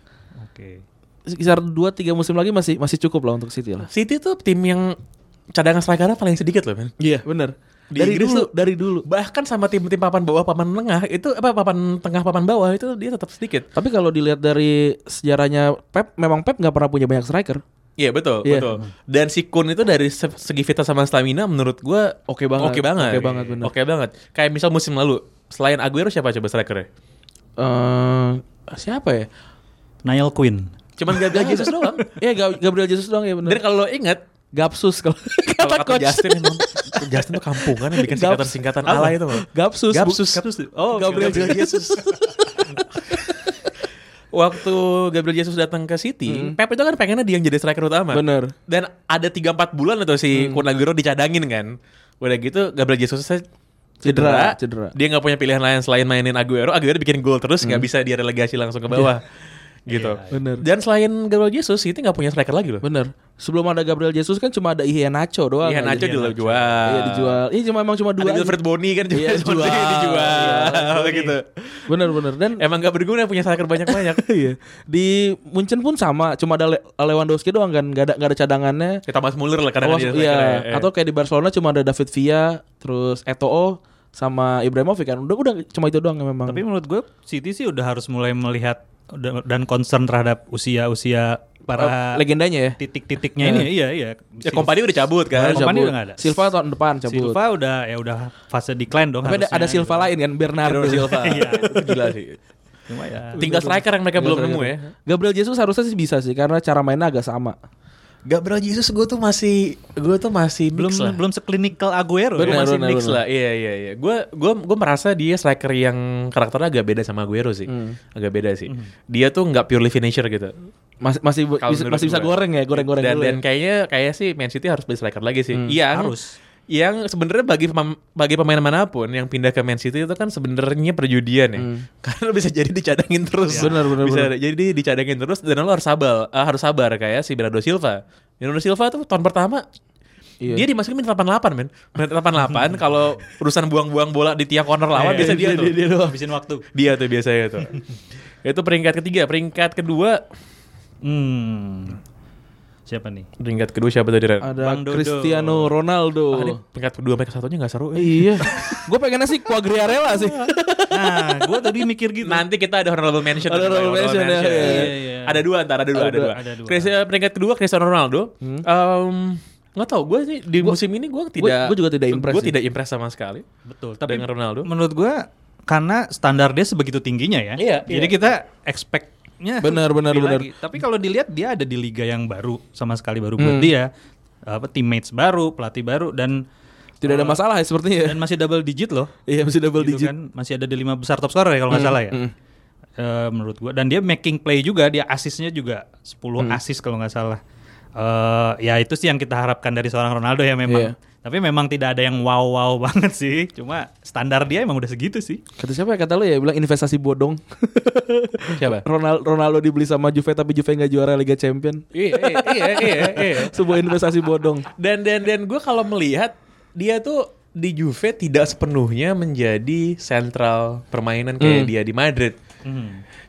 S3: Oke.
S2: sekitar 2 3 musim lagi masih masih cukup lah untuk City lah.
S1: City tuh tim yang cadangan strikernya paling sedikit loh men.
S2: Iya, bener
S1: Di
S2: Dari
S1: Inggris
S2: dulu,
S1: tuh-
S2: dari dulu.
S1: Bahkan sama tim-tim papan bawah, papan tengah itu apa papan tengah, papan bawah itu dia tetap sedikit.
S2: Tapi kalau dilihat dari sejarahnya Pep, memang Pep nggak pernah punya banyak striker.
S1: Iya betul,
S2: Iya.
S1: betul. Dan si Kun itu dari se- segi fitas sama stamina menurut gua
S2: Oke banget.
S1: Oke banget.
S2: Oke banget, bener.
S1: Oke banget. Kayak misal musim lalu selain Aguero siapa coba strikernya?
S2: Eh, siapa ya?
S3: Niall Quinn.
S1: Cuman Gabriel Eh, Jesus doang.
S2: Iya, Gab- Gabriel Jesus doang ya
S1: Dan
S2: bener
S1: kalau lo ingat
S2: Gapsus kalau kata
S1: kata
S2: coach.
S1: Justin emang Justin tuh kampungan yang bikin
S2: Gaps-
S1: singkatan-singkatan
S2: apa?
S1: ala itu loh.
S2: Gapsus.
S1: Gapsus.
S3: Kapus tuh. Oh,
S2: Gabriel
S3: Gabriel.
S1: Gabriel Jesus. Waktu Gabriel Jesus datang ke City, Pep itu kan pengennya dia yang jadi striker utama.
S2: Hmm. Bener. Hmm.
S1: Dan ada 3-4 bulan atau si Kunaguro dicadangin kan. Udah gitu Gabriel Jesus saya cedera,
S2: Cedera, cedera. Hmm.
S1: Dia nggak punya pilihan lain selain mainin Aguero. Aguero bikin gol terus nggak bisa dia relegasi langsung ke bawah. gitu.
S2: Iya. Bener.
S1: Dan selain Gabriel Jesus, City nggak punya striker lagi loh.
S2: Bener. Sebelum ada Gabriel Jesus kan cuma ada Ihe Nacho doang.
S1: Iya, Nacho
S2: aja.
S1: dijual.
S2: Iya dijual. Iya cuma emang cuma
S1: Ada
S2: dua. aja.
S1: Wilfred Boni kan juga
S2: Iya,
S1: seperti
S2: dijual.
S1: dijual
S3: Iya,
S1: gitu.
S2: Bener bener dan
S1: Emang nggak berguna punya striker banyak-banyak.
S2: iya. Di Munchen pun sama, cuma ada Le- Lewandowski doang kan, gak ada gak ada cadangannya.
S1: Ya, Thomas Muller lah kadang
S2: Oh,
S1: dia
S2: iya.
S1: strikernya, ya.
S2: Atau kayak di Barcelona cuma ada David Villa, terus Eto'o sama Ibrahimovic kan. Udah udah cuma itu doang yang memang.
S3: Tapi menurut gue City sih udah harus mulai melihat da- dan concern terhadap usia-usia para
S2: eh, legendanya ya.
S3: titik-titiknya ini. Iya, iya.
S1: ya Kompany udah cabut kan.
S3: Kompany
S2: Cabut.
S3: udah gak ada.
S2: Silva tahun depan cabut.
S3: Silva udah ya udah fase decline dong
S2: Tapi ada,
S3: harusnya
S2: ada Silva
S3: gitu.
S2: lain kan, Bernardo.
S1: Bernardo Silva.
S3: Iya.
S1: Itu Gila sih.
S3: Cuma ya.
S1: Tinggal striker yang mereka belum nemu ya.
S2: Gabriel Jesus harusnya sih bisa sih karena cara mainnya agak sama.
S1: Gabriel Jesus gue tuh masih gue tuh masih
S3: belum
S1: mix lah.
S3: belum seklinikal Aguero ya.
S1: Gue
S2: Benar,
S1: masih
S2: benar,
S1: mix
S2: benar.
S1: lah. Iya iya iya. Gue gue gue merasa dia striker yang karakternya agak beda sama Aguero sih.
S2: Hmm.
S1: Agak beda sih. Dia tuh nggak purely finisher gitu.
S2: Mas- masih bu-
S1: Kalau
S2: bisa,
S1: menurut
S2: masih bisa
S1: gua.
S2: goreng ya, goreng-goreng
S1: dan,
S2: dulu.
S1: dan
S2: ya. Hmm.
S1: kayaknya kayak sih Man City harus beli striker lagi sih. Iya. Yang
S3: harus.
S1: yang sebenarnya bagi pemam- bagi pemain manapun yang pindah ke Man City itu kan sebenarnya perjudian ya. Karena bisa jadi dicadangin terus.
S2: Ya. Benar, benar,
S1: Bisa
S2: benar.
S1: jadi dicadangin terus dan lo harus sabar eh, harus sabar kayak si Bernardo Silva. Bernardo Silva tuh tahun pertama
S2: Iya.
S1: Dia dimasukin menit 88 men Menit 88 kalau urusan buang-buang bola di tiap corner lawan
S3: Iya,
S1: Biasanya dia,
S3: iya,
S1: tuh
S3: dia doang. habisin waktu.
S1: Dia tuh biasanya tuh Itu peringkat ketiga Peringkat kedua
S3: Hmm. Siapa nih?
S1: Peringkat kedua siapa tadi Ren?
S2: Ada
S3: Bang Dodo.
S2: Cristiano Ronaldo.
S1: Ah, ini peringkat kedua mereka satunya gak seru eh.
S2: iya. gue pengennya sih Quagliarella sih.
S3: Nah, gue tadi mikir gitu.
S1: Nanti kita ada honorable mention
S2: Honorable mention, ya, iya,
S3: iya, iya.
S1: Ada dua ntar Ada dua Ada, dua, Hmm?
S2: Ada dua.
S3: Ada dua.
S1: Chris- eh, Peringkat kedua Cristiano Ronaldo Em, Nggak tau Gue sih di musim ini Gue tidak
S2: gua juga tidak impress
S1: Gue
S2: sih.
S1: tidak impress sama sekali
S3: Betul. Tapi
S1: Dengan Ronaldo.
S3: Menurut gue karena standar dia sebegitu tingginya ya.
S1: Iya,
S3: Jadi
S1: iya.
S3: kita expect-nya
S2: Benar,
S3: lebih
S2: benar, benar.
S3: lagi. Tapi kalau dilihat dia ada di liga yang baru sama sekali baru buat
S2: Hmm.
S3: dia. Apa teammates baru, pelatih baru dan
S2: Tidak ada masalah ya
S3: dan
S2: sepertinya.
S3: masih double digit loh.
S2: Iya, masih double
S3: Gitu
S2: digit.
S3: kan masih ada di lima besar top scorer ya kalau nggak salah ya. Eh, menurut gua dan dia making play juga, dia asisnya juga 10 asis kalau nggak salah. Eh, ya itu sih yang kita harapkan dari seorang Ronaldo ya memang.
S2: Iya.
S3: Tapi memang tidak ada yang wow wow banget sih. Cuma standar dia emang udah segitu sih.
S2: Kata siapa ya? Kata lo ya bilang investasi bodong.
S1: Siapa?
S2: Ronaldo, Ronaldo dibeli sama Juve tapi Juve nggak juara Liga Champion.
S1: Iya iya iya iya, iya.
S2: Sebuah investasi bodong.
S1: Dan dan dan gue kalau melihat dia tuh di Juve tidak sepenuhnya menjadi sentral permainan kayak dia di Madrid.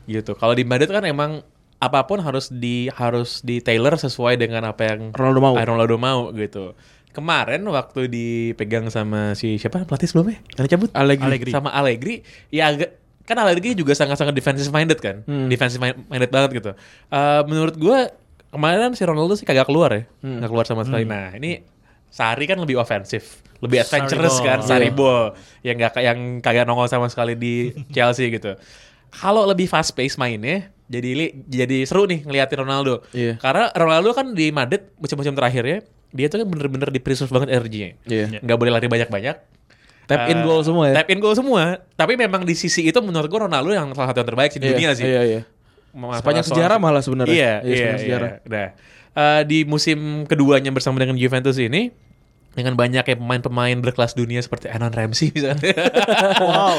S1: Gitu. Kalau di Madrid kan emang apapun harus di harus di tailor sesuai dengan apa yang
S2: Ronaldo mau.
S1: Ah, Ronaldo mau gitu. Kemarin waktu dipegang sama si siapa pelatih sebelumnya? Yang cabut
S2: Allegri.
S3: Allegri.
S1: Sama Allegri ya agak kan Allegri juga sangat-sangat defensive minded kan. Defensive mind- minded banget gitu. Eh, menurut gua kemarin si Ronaldo sih kagak keluar ya. nggak keluar sama sekali. Nah, ini Sari kan lebih ofensif, lebih adventurous
S3: ball.
S1: kan, Sari ball yang nggak yang kagak nongol sama sekali di Chelsea gitu. Kalau lebih fast pace mainnya, jadi li- jadi seru nih ngeliatin Ronaldo.
S2: Iya.
S1: Karena Ronaldo kan di Madrid musim-musim terakhirnya dia tuh kan bener-bener di preserve banget energinya.
S2: Iya.
S1: Nggak boleh lari banyak-banyak,
S2: Tap in
S1: Eh,
S2: goal semua ya?
S1: Tap in goal semua. Tapi memang di sisi itu menurut gua Ronaldo yang salah satu yang terbaik sih di dunia sih.
S2: Iya, iya.
S1: Masalah
S2: Sepanjang
S1: soal-
S2: sejarah malah sebenarnya.
S1: Iya,
S2: Iya,
S1: iya,
S2: sepanjang
S1: iya.
S2: sejarah.
S1: Nah, eh, di musim keduanya bersama dengan Juventus ini dengan banyak ya pemain-pemain berkelas dunia seperti Anon Ramsey misalnya. wow.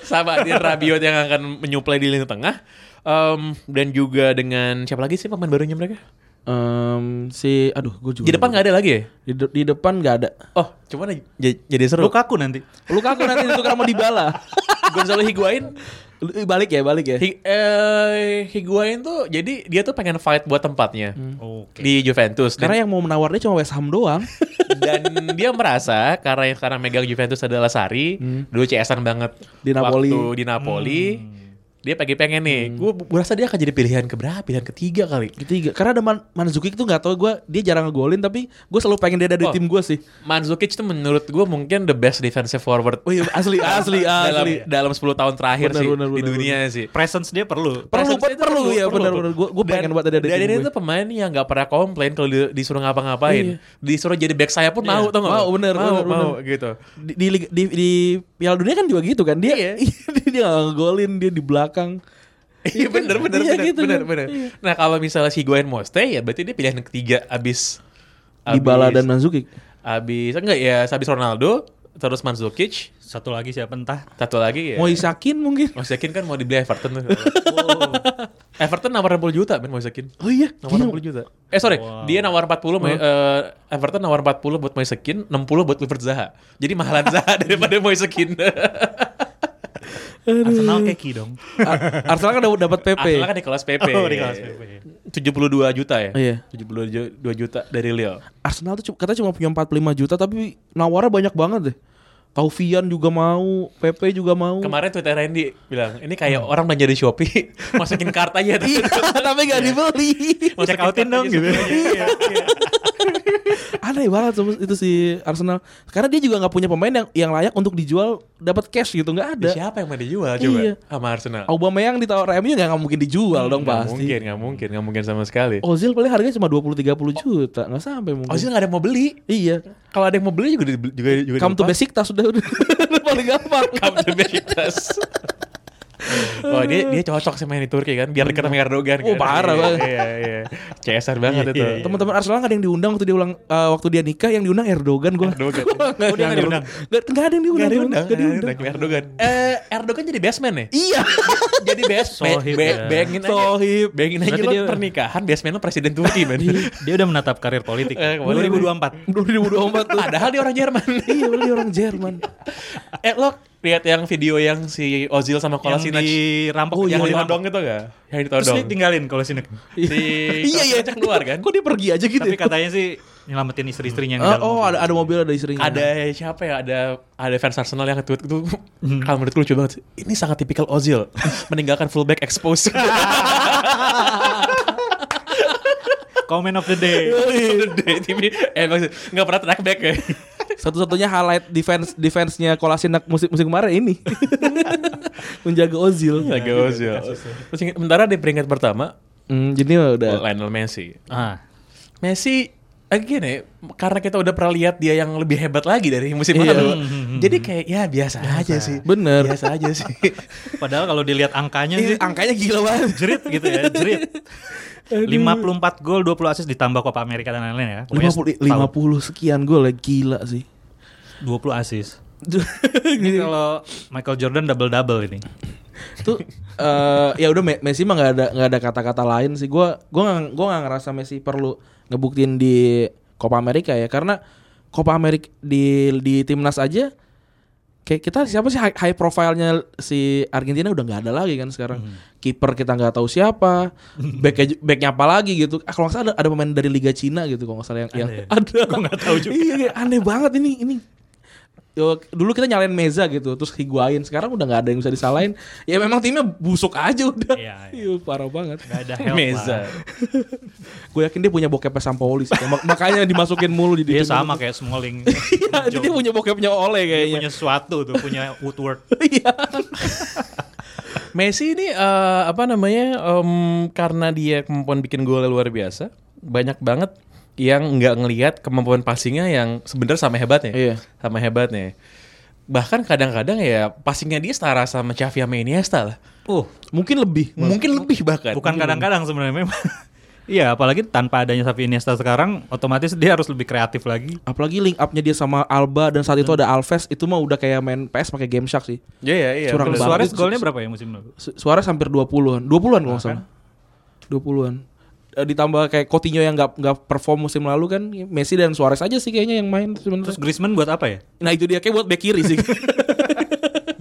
S1: Sama Adrian Rabiot yang akan menyuplai di lini tengah. Em, dan juga dengan siapa lagi sih pemain barunya mereka?
S2: Em, si aduh gue juga
S1: Di depan nggak ada lagi ya?
S2: di, de- di depan nggak ada
S1: Oh, cuman j- jadi seru.
S3: Lukaku nanti.
S2: Lukaku nanti ditukar sama Dybala
S1: Gonzalo Higuain
S2: Lu- balik ya balik ya
S1: Hi- eh, Higuain tuh jadi dia tuh pengen fight buat tempatnya
S3: Oke.
S1: di Juventus dan,
S2: Hmm. karena yang mau menawar dia cuma West Ham doang
S1: dan dia merasa karena yang sekarang megang Juventus adalah Sari dulu CS-an banget
S2: Di Hmm. Napoli. Hmm.
S1: waktu di Napoli Dia pagi pengen nih. Gue berasa dia akan jadi pilihan keberapa, pilihan ketiga kali.
S2: Ketiga, karena ada Man Manzuki itu nggak tau gue, dia jarang ngegolin tapi gue selalu pengen dia ada
S1: Oh.
S2: di tim gue sih.
S1: Mandzukic itu menurut gue mungkin the best defensive forward
S2: Wih asli asli
S1: Oh iya, dalam ya.
S2: asli.
S1: dalam 10 tahun terakhir
S2: Benar,
S1: sih
S2: benar,
S1: di
S2: benar,
S1: dunia sih.
S3: Presence dia perlu.
S2: Perlu
S1: Presence
S2: perlu,
S1: itu perlu,
S2: ya
S1: perlu,
S2: benar-benar gue gue
S1: Dan-
S2: pengen buat ada di
S1: dan
S2: tim
S1: ini
S2: gue.
S1: tuh pemain yang nggak pernah komplain kalau di- disuruh ngapa-ngapain. Disuruh jadi back saya pun mau, tau nggak?
S2: Iya. Mau, bener,
S1: mau,
S2: bener,
S1: mau, gitu.
S2: Di, di, lig- di, di Piala Dunia kan juga gitu kan dia
S1: Iya.
S2: dia nggak ngegolin dia di belakang.
S1: Iya bener, bener,
S2: Iya,
S1: bener,
S2: gitu
S1: bener,
S2: kan.
S1: bener. Nah kalau misalnya si Goen mau stay ya berarti dia pilihan ketiga abis.
S2: Di Bala dan Manzuki.
S1: Abis, enggak ya, abis Ronaldo, terus Mandzukic,
S3: Satu lagi siapa entah.
S1: satu lagi ya.
S2: Moisakin mungkin.
S1: Moisakin kan mau dibeli Everton tuh. Everton nawar 60 juta Ben Moisakin.
S2: Oh iya,
S1: Nawar
S2: Gila.
S1: 60 juta. Eh sorry,
S3: Wow.
S1: dia nawar 40, Mo- eh, Everton nawar 40 buat Moisakin, 60 buat Clifford Zaha. Jadi mahalan Zaha daripada Moisakin.
S3: Arsenal keki dong.
S2: Ar- Arsenal kan dapat PP.
S1: Arsenal kan di kelas PP.
S3: Oh, di kelas PP.
S1: 72 juta ya?
S2: Oh, iya.
S1: 72 juta dari Lille.
S2: Arsenal tuh cu- katanya cuma punya 45 juta tapi nawarnya banyak banget deh. Taufian juga mau, PP juga mau.
S1: Kemarin Twitter Randy bilang, ini kayak orang belanja di Shopee, masukin kart aja.
S2: Hmm. Iya, tapi gak dibeli.
S1: Masukin
S3: Check
S1: kart
S3: outin dong
S1: aja
S3: gitu. Iya, iya.
S2: Aneh banget sama- itu si Arsenal. Karena dia juga nggak punya pemain yang yang layak untuk dijual dapat cash gitu nggak ada.
S1: Ya, Siapa yang mau dijual coba
S2: Iya.
S1: sama Arsenal?
S2: Aubameyang ditawar MU nggak nggak mungkin dijual dong
S1: Hmm, Nggak
S2: pasti.
S1: mungkin, nggak mungkin, nggak mungkin sama sekali.
S2: Ozil paling harganya cuma 20 30 juta, nggak sampai mungkin.
S1: Ozil nggak ada yang mau beli.
S2: Iya.
S1: Kalau ada yang mau beli juga di- juga juga
S2: Come to
S1: dilepas.
S2: Besiktas sudah udah paling gampang.
S1: Come to Besiktas. Oh dia dia cocok sih main di Turki kan biar dekat sama Erdogan kan.
S2: Oh, parah banget.
S1: Iya iya. CSR banget
S3: Iya,
S1: itu.
S3: iya, iya.
S2: Teman-teman Arsenal nggak ada yang diundang waktu dia ulang eh, waktu dia nikah yang diundang Erdogan gue.
S1: Erdogan.
S3: Oh, dia nggak diundang.
S2: Nggak nggak ada yang diundang.
S1: Enggak diundang,
S2: nggak
S1: nggak
S2: diundang.
S1: diundang Erdogan. Eh Erdogan jadi basement ya?
S2: Iya.
S1: jadi basement.
S3: Sohib
S1: Be-
S3: ya.
S1: Bayangin aja.
S2: Sohib.
S1: Bayangin aja
S3: Berarti
S1: lo
S3: dia-
S1: pernikahan basement lo presiden Turki men.
S3: Dia udah menatap karir politik.
S1: Eh, boleh.
S2: 2024
S3: 2024.
S2: tuh.
S1: Padahal dia orang Jerman.
S2: iya, beli orang Jerman.
S1: eh lo lihat yang video yang si Ozil sama
S3: Yang
S1: Kolasinac Oh, iya,
S3: dirampok.
S1: yang
S3: yang
S1: ditodong
S3: dirampok.
S1: itu gak? Yang
S3: Terus
S1: ditodong.
S3: ditinggalin kalau sini.
S1: Si
S2: iya, iya.
S1: Kolasinac keluar kan?
S2: Kok dia pergi aja gitu
S3: Tapi
S2: ya?
S3: katanya sih nyelamatin istri-istrinya yang di
S2: Ah,
S3: dalam
S2: oh,
S3: mobil.
S2: ada ada mobil ada istrinya.
S1: ada siapa ya ada ada fans Arsenal yang nge-tweet itu kalau menurutku lucu banget sih. ini sangat tipikal Ozil meninggalkan fullback expose
S3: Comment of the day.
S1: Dari TV eh maksud nggak pernah track back ya
S2: Satu-satunya highlight defense defense-nya Kolasinac musim musim kemarin ini. Menjaga Ozil.
S3: Iya,
S1: lagi Ozil terus yang- sementara di peringkat pertama
S2: Hmm, jadi udah
S1: Lionel Messi
S3: Ah.
S1: Messi again ya karena kita udah pernah lihat dia yang lebih hebat lagi dari musim
S2: Iya.
S1: lalu jadi kayak ya biasa, aja sih
S2: Bener.
S1: biasa aja sih
S3: Padahal kalau dilihat angkanya
S2: Ih,
S3: Iya, sih
S2: Iya, angkanya gila banget.
S3: jerit gitu ya, jerit. 54 gol, 20 assist ditambah Copa America dan lain-lain ya. Pokoknya
S2: 50,
S3: setahun
S2: 50 sekian gol lagi gila sih.
S3: 20 assist. Ini kalau Michael Jordan double-double ini.
S2: tuh eh, ya udah Me- Messi mah nggak ada nggak ada kata-kata lain sih gua gua nggak gua nggak ngerasa Messi perlu ngebuktiin di Copa America ya karena Copa America di di timnas aja kayak kita siapa sih high, high profile-nya si Argentina udah nggak ada lagi kan sekarang
S3: Hmm.
S2: kiper kita nggak tahu siapa back backnya apa lagi gitu ah, kalau nggak salah ada, ada pemain dari Liga Cina gitu kalau nggak salah yang, yang
S3: Ada ya?
S2: ada
S3: Gua nggak tahu juga.
S2: iya kayak aneh banget ini ini Yo, dulu kita nyalain Meza gitu terus higuain sekarang udah nggak ada yang bisa disalahin ya memang timnya busuk aja udah
S3: Iya,
S2: iya,
S3: iya.
S2: parah banget
S3: Gak ada help.
S1: Meza
S3: lah.
S2: gue yakin dia punya bokepnya Sampaoli sih Mak- makanya dimasukin mulu di tim.
S3: Dia Iya, sama kayak Smalling.
S2: Iya,
S3: Iya,
S2: dia punya bokepnya Ole kayaknya
S3: punya sesuatu tuh, punya Woodward.
S2: Iya.
S1: Messi ini eh, apa namanya em, karena dia kemampuan bikin golnya luar biasa banyak banget yang nggak ngelihat kemampuan passingnya yang sebenarnya sama hebatnya
S2: Iya.
S1: sama hebatnya bahkan kadang-kadang ya passingnya dia setara sama Xavi sama Iniesta lah
S3: Uh,
S2: mungkin lebih
S3: Hmm.
S1: mungkin lebih bahkan
S3: bukan
S2: Hmm.
S3: kadang-kadang sebenarnya memang. Iya, apalagi tanpa adanya Xavi Iniesta sekarang, otomatis dia harus lebih kreatif lagi.
S2: apalagi link upnya dia sama Alba dan saat itu ada Alves itu mah udah kayak main PS pakai game shark sih
S1: Iya, iya, iya.
S2: Curang
S1: bener.
S2: banget.
S3: Suarez golnya berapa ya musim lalu?
S2: Su- Suarez hampir 20-an 20-an kalau nggak
S3: Nah,
S2: salah 20-an Eh, ditambah kayak Coutinho yang nggak nggak perform musim lalu kan Messi dan Suarez aja sih kayaknya yang main sebenarnya
S3: Terus Griezmann buat apa ya?
S2: nah itu dia kayak buat back kiri sih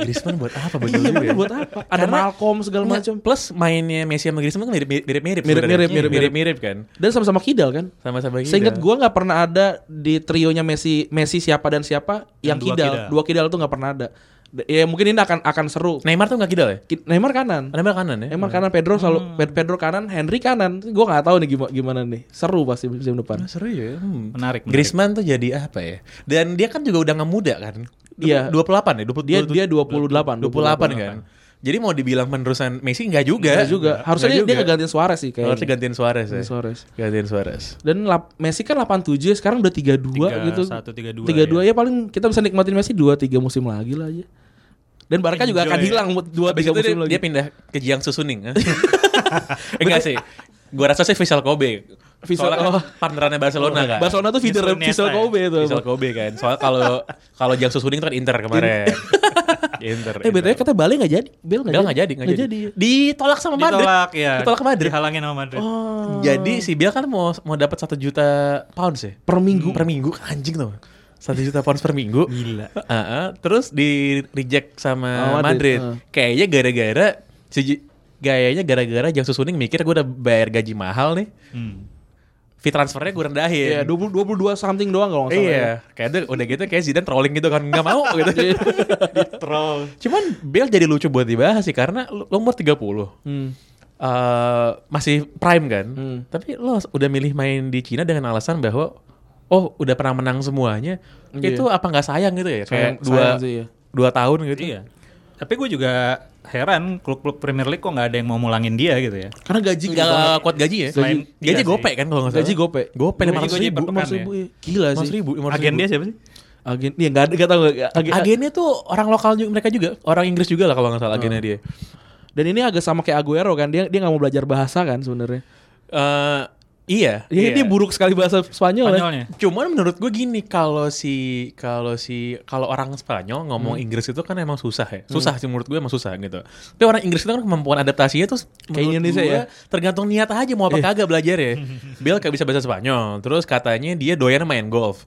S1: Griezmann buat apa bener juga
S2: iya
S1: ya?
S2: bener buat apa ada
S1: Karena-
S2: Malcolm segala
S1: Nggak,
S2: macam
S1: Plus mainnya Messi sama Griezmann kan mirip-mirip mirip-mirip.
S2: Mirip-mirip,
S1: sebenarnya. Iya,
S2: mirip-mirip.
S1: mirip-mirip kan.
S2: dan sama-sama kidal kan
S1: Sama-sama gitu.
S2: Seingat gua nggak pernah ada di trionya Messi Messi siapa dan siapa yang
S3: Yang dua
S2: kidal.
S3: kidal.
S2: Dua kidal tuh nggak pernah ada. D- Ya mungkin ini akan akan seru.
S1: Neymar tuh nggak kidal ya?
S2: Ki- Neymar kanan.
S1: Neymar kanan ya?
S2: Neymar kanan, Pedro selalu Ped- Pedro kanan, Henry kanan. Gue nggak tahu nih gimana, gimana nih. Seru pasti musim
S1: Ah,
S2: depan.
S1: seru ya. Hmm.
S3: Menarik, menarik.
S1: Griezmann tuh jadi apa ya? Dan dia kan juga udah nggak muda kan? Du-
S2: Iya.
S1: 28 ya? 20,
S2: Dia dia 28,
S1: 28, kan? Jadi mau dibilang penerusan Messi nggak juga.
S2: Enggak juga. Harusnya dia,
S1: Nggak
S2: dia
S1: juga.
S2: ngegantiin Suarez sih kayaknya.
S1: Harusnya gantiin Suarez ya.
S2: Gantiin Suarez.
S1: Gantiin Suarez.
S2: Dan lap- Messi kan 87 sekarang udah 32 gitu.
S3: 31, 32,
S2: 32 ya. paling kita bisa nikmatin Messi 2 3 musim lagi lah aja. Dan Barca juga
S3: Enjoy
S2: akan
S3: ya.
S2: hilang 2
S1: Habis itu
S2: 3
S1: dia,
S2: musim lagi.
S1: dia pindah ke Jiangsu Suning. eh, Enggak sih. Gua rasa sih Vissel Kobe.
S2: Vissel-
S1: Soalnya kan
S2: oh.
S1: partnerannya Barcelona kan.
S2: Barcelona tuh feeder
S3: Nesta
S2: Vissel
S3: ya.
S2: Kobe itu.
S1: Vissel Kobe kan. Soalnya kalau kalau Jiangsu Suning tuh kan Inter kemarin. Inter.
S2: Iya. Eh
S1: Inter.
S2: BTW kata Bale enggak jadi. Bale
S1: Bel nggak jadi, nggak jadi. Ditolak sama Madrid.
S3: Ditolak iya. ya.
S1: Ditolak ke Madrid. Oh.
S3: Dihalangin sama Madrid.
S2: Oh.
S1: Jadi si Bel kan mau mau dapat satu juta pounds ya
S2: Per minggu.
S1: per minggu anjing tuh. Satu juta pounds per minggu.
S3: Gila.
S1: Heeh, terus di reject sama
S2: Sama
S1: Madrid.
S2: Madrid,
S1: Kayaknya gara-gara si Ji- gayanya gara-gara Jackson Suning mikir gue udah bayar gaji mahal nih.
S3: Hmm.
S1: Fee transfernya gue rendahin.
S2: Iya, 20 22 something doang kalau nggak salah.
S1: Iya, kayaknya udah gitu kayak Zidane trolling gitu kan nggak mau gitu.
S3: Troll.
S1: Cuman Bale jadi lucu buat dibahas sih karena lu lu umur 30.
S2: Hmm.
S1: eh masih prime kan.
S2: Hmm.
S1: Tapi lo udah milih main di Cina dengan alasan bahwa oh udah pernah menang semuanya.
S2: Iya.
S1: Itu apa nggak sayang gitu ya?
S2: Sayang-
S1: Kayak dua
S2: sayang sih, iya.
S1: dua tahun gitu.
S3: Iya. Tapi gue juga heran klub-klub Premier League kok nggak ada yang mau mulangin dia gitu ya.
S2: Karena gaji
S1: Gaji nggak kuat gaji ya?
S3: Selain
S1: gaji
S3: dia
S1: gope
S3: sih.
S1: kan kalau nggak salah.
S2: iya Gaji gope.
S1: Gope lima ratus
S3: gaji
S1: ribu.
S3: per pekan
S1: Mas-
S3: ya.
S2: ribu, iya. Gila sih.
S1: 500 ribu, 500
S3: Agen
S1: ribu.
S3: dia siapa sih?
S2: Agen iya enggak ada enggak tahu nggak- agen,
S1: Agennya tuh orang lokal juga, mereka juga orang Inggris juga lah kalau nggak salah agennya dia.
S2: Dan ini agak sama kayak Aguero kan, dia dia nggak mau belajar bahasa kan sebenarnya.
S1: Eh, iya.
S2: Dia,
S1: iya.
S2: dia buruk sekali bahasa Spanyol. ya.
S3: Spanyolnya.
S1: Cuman menurut gue gini kalau si kalau si kalau orang Spanyol ngomong
S2: Hmm.
S1: Inggris itu kan emang susah ya. Susah sih menurut gue emang susah gitu. Tapi orang Inggris itu kan kemampuan adaptasinya tuh menurut
S2: Indonesia
S1: gue
S2: ya? Iya.
S1: Tergantung niat aja mau apa kagak belajar ya. Bill kayak bisa bahasa Spanyol. Terus katanya dia doyan main golf.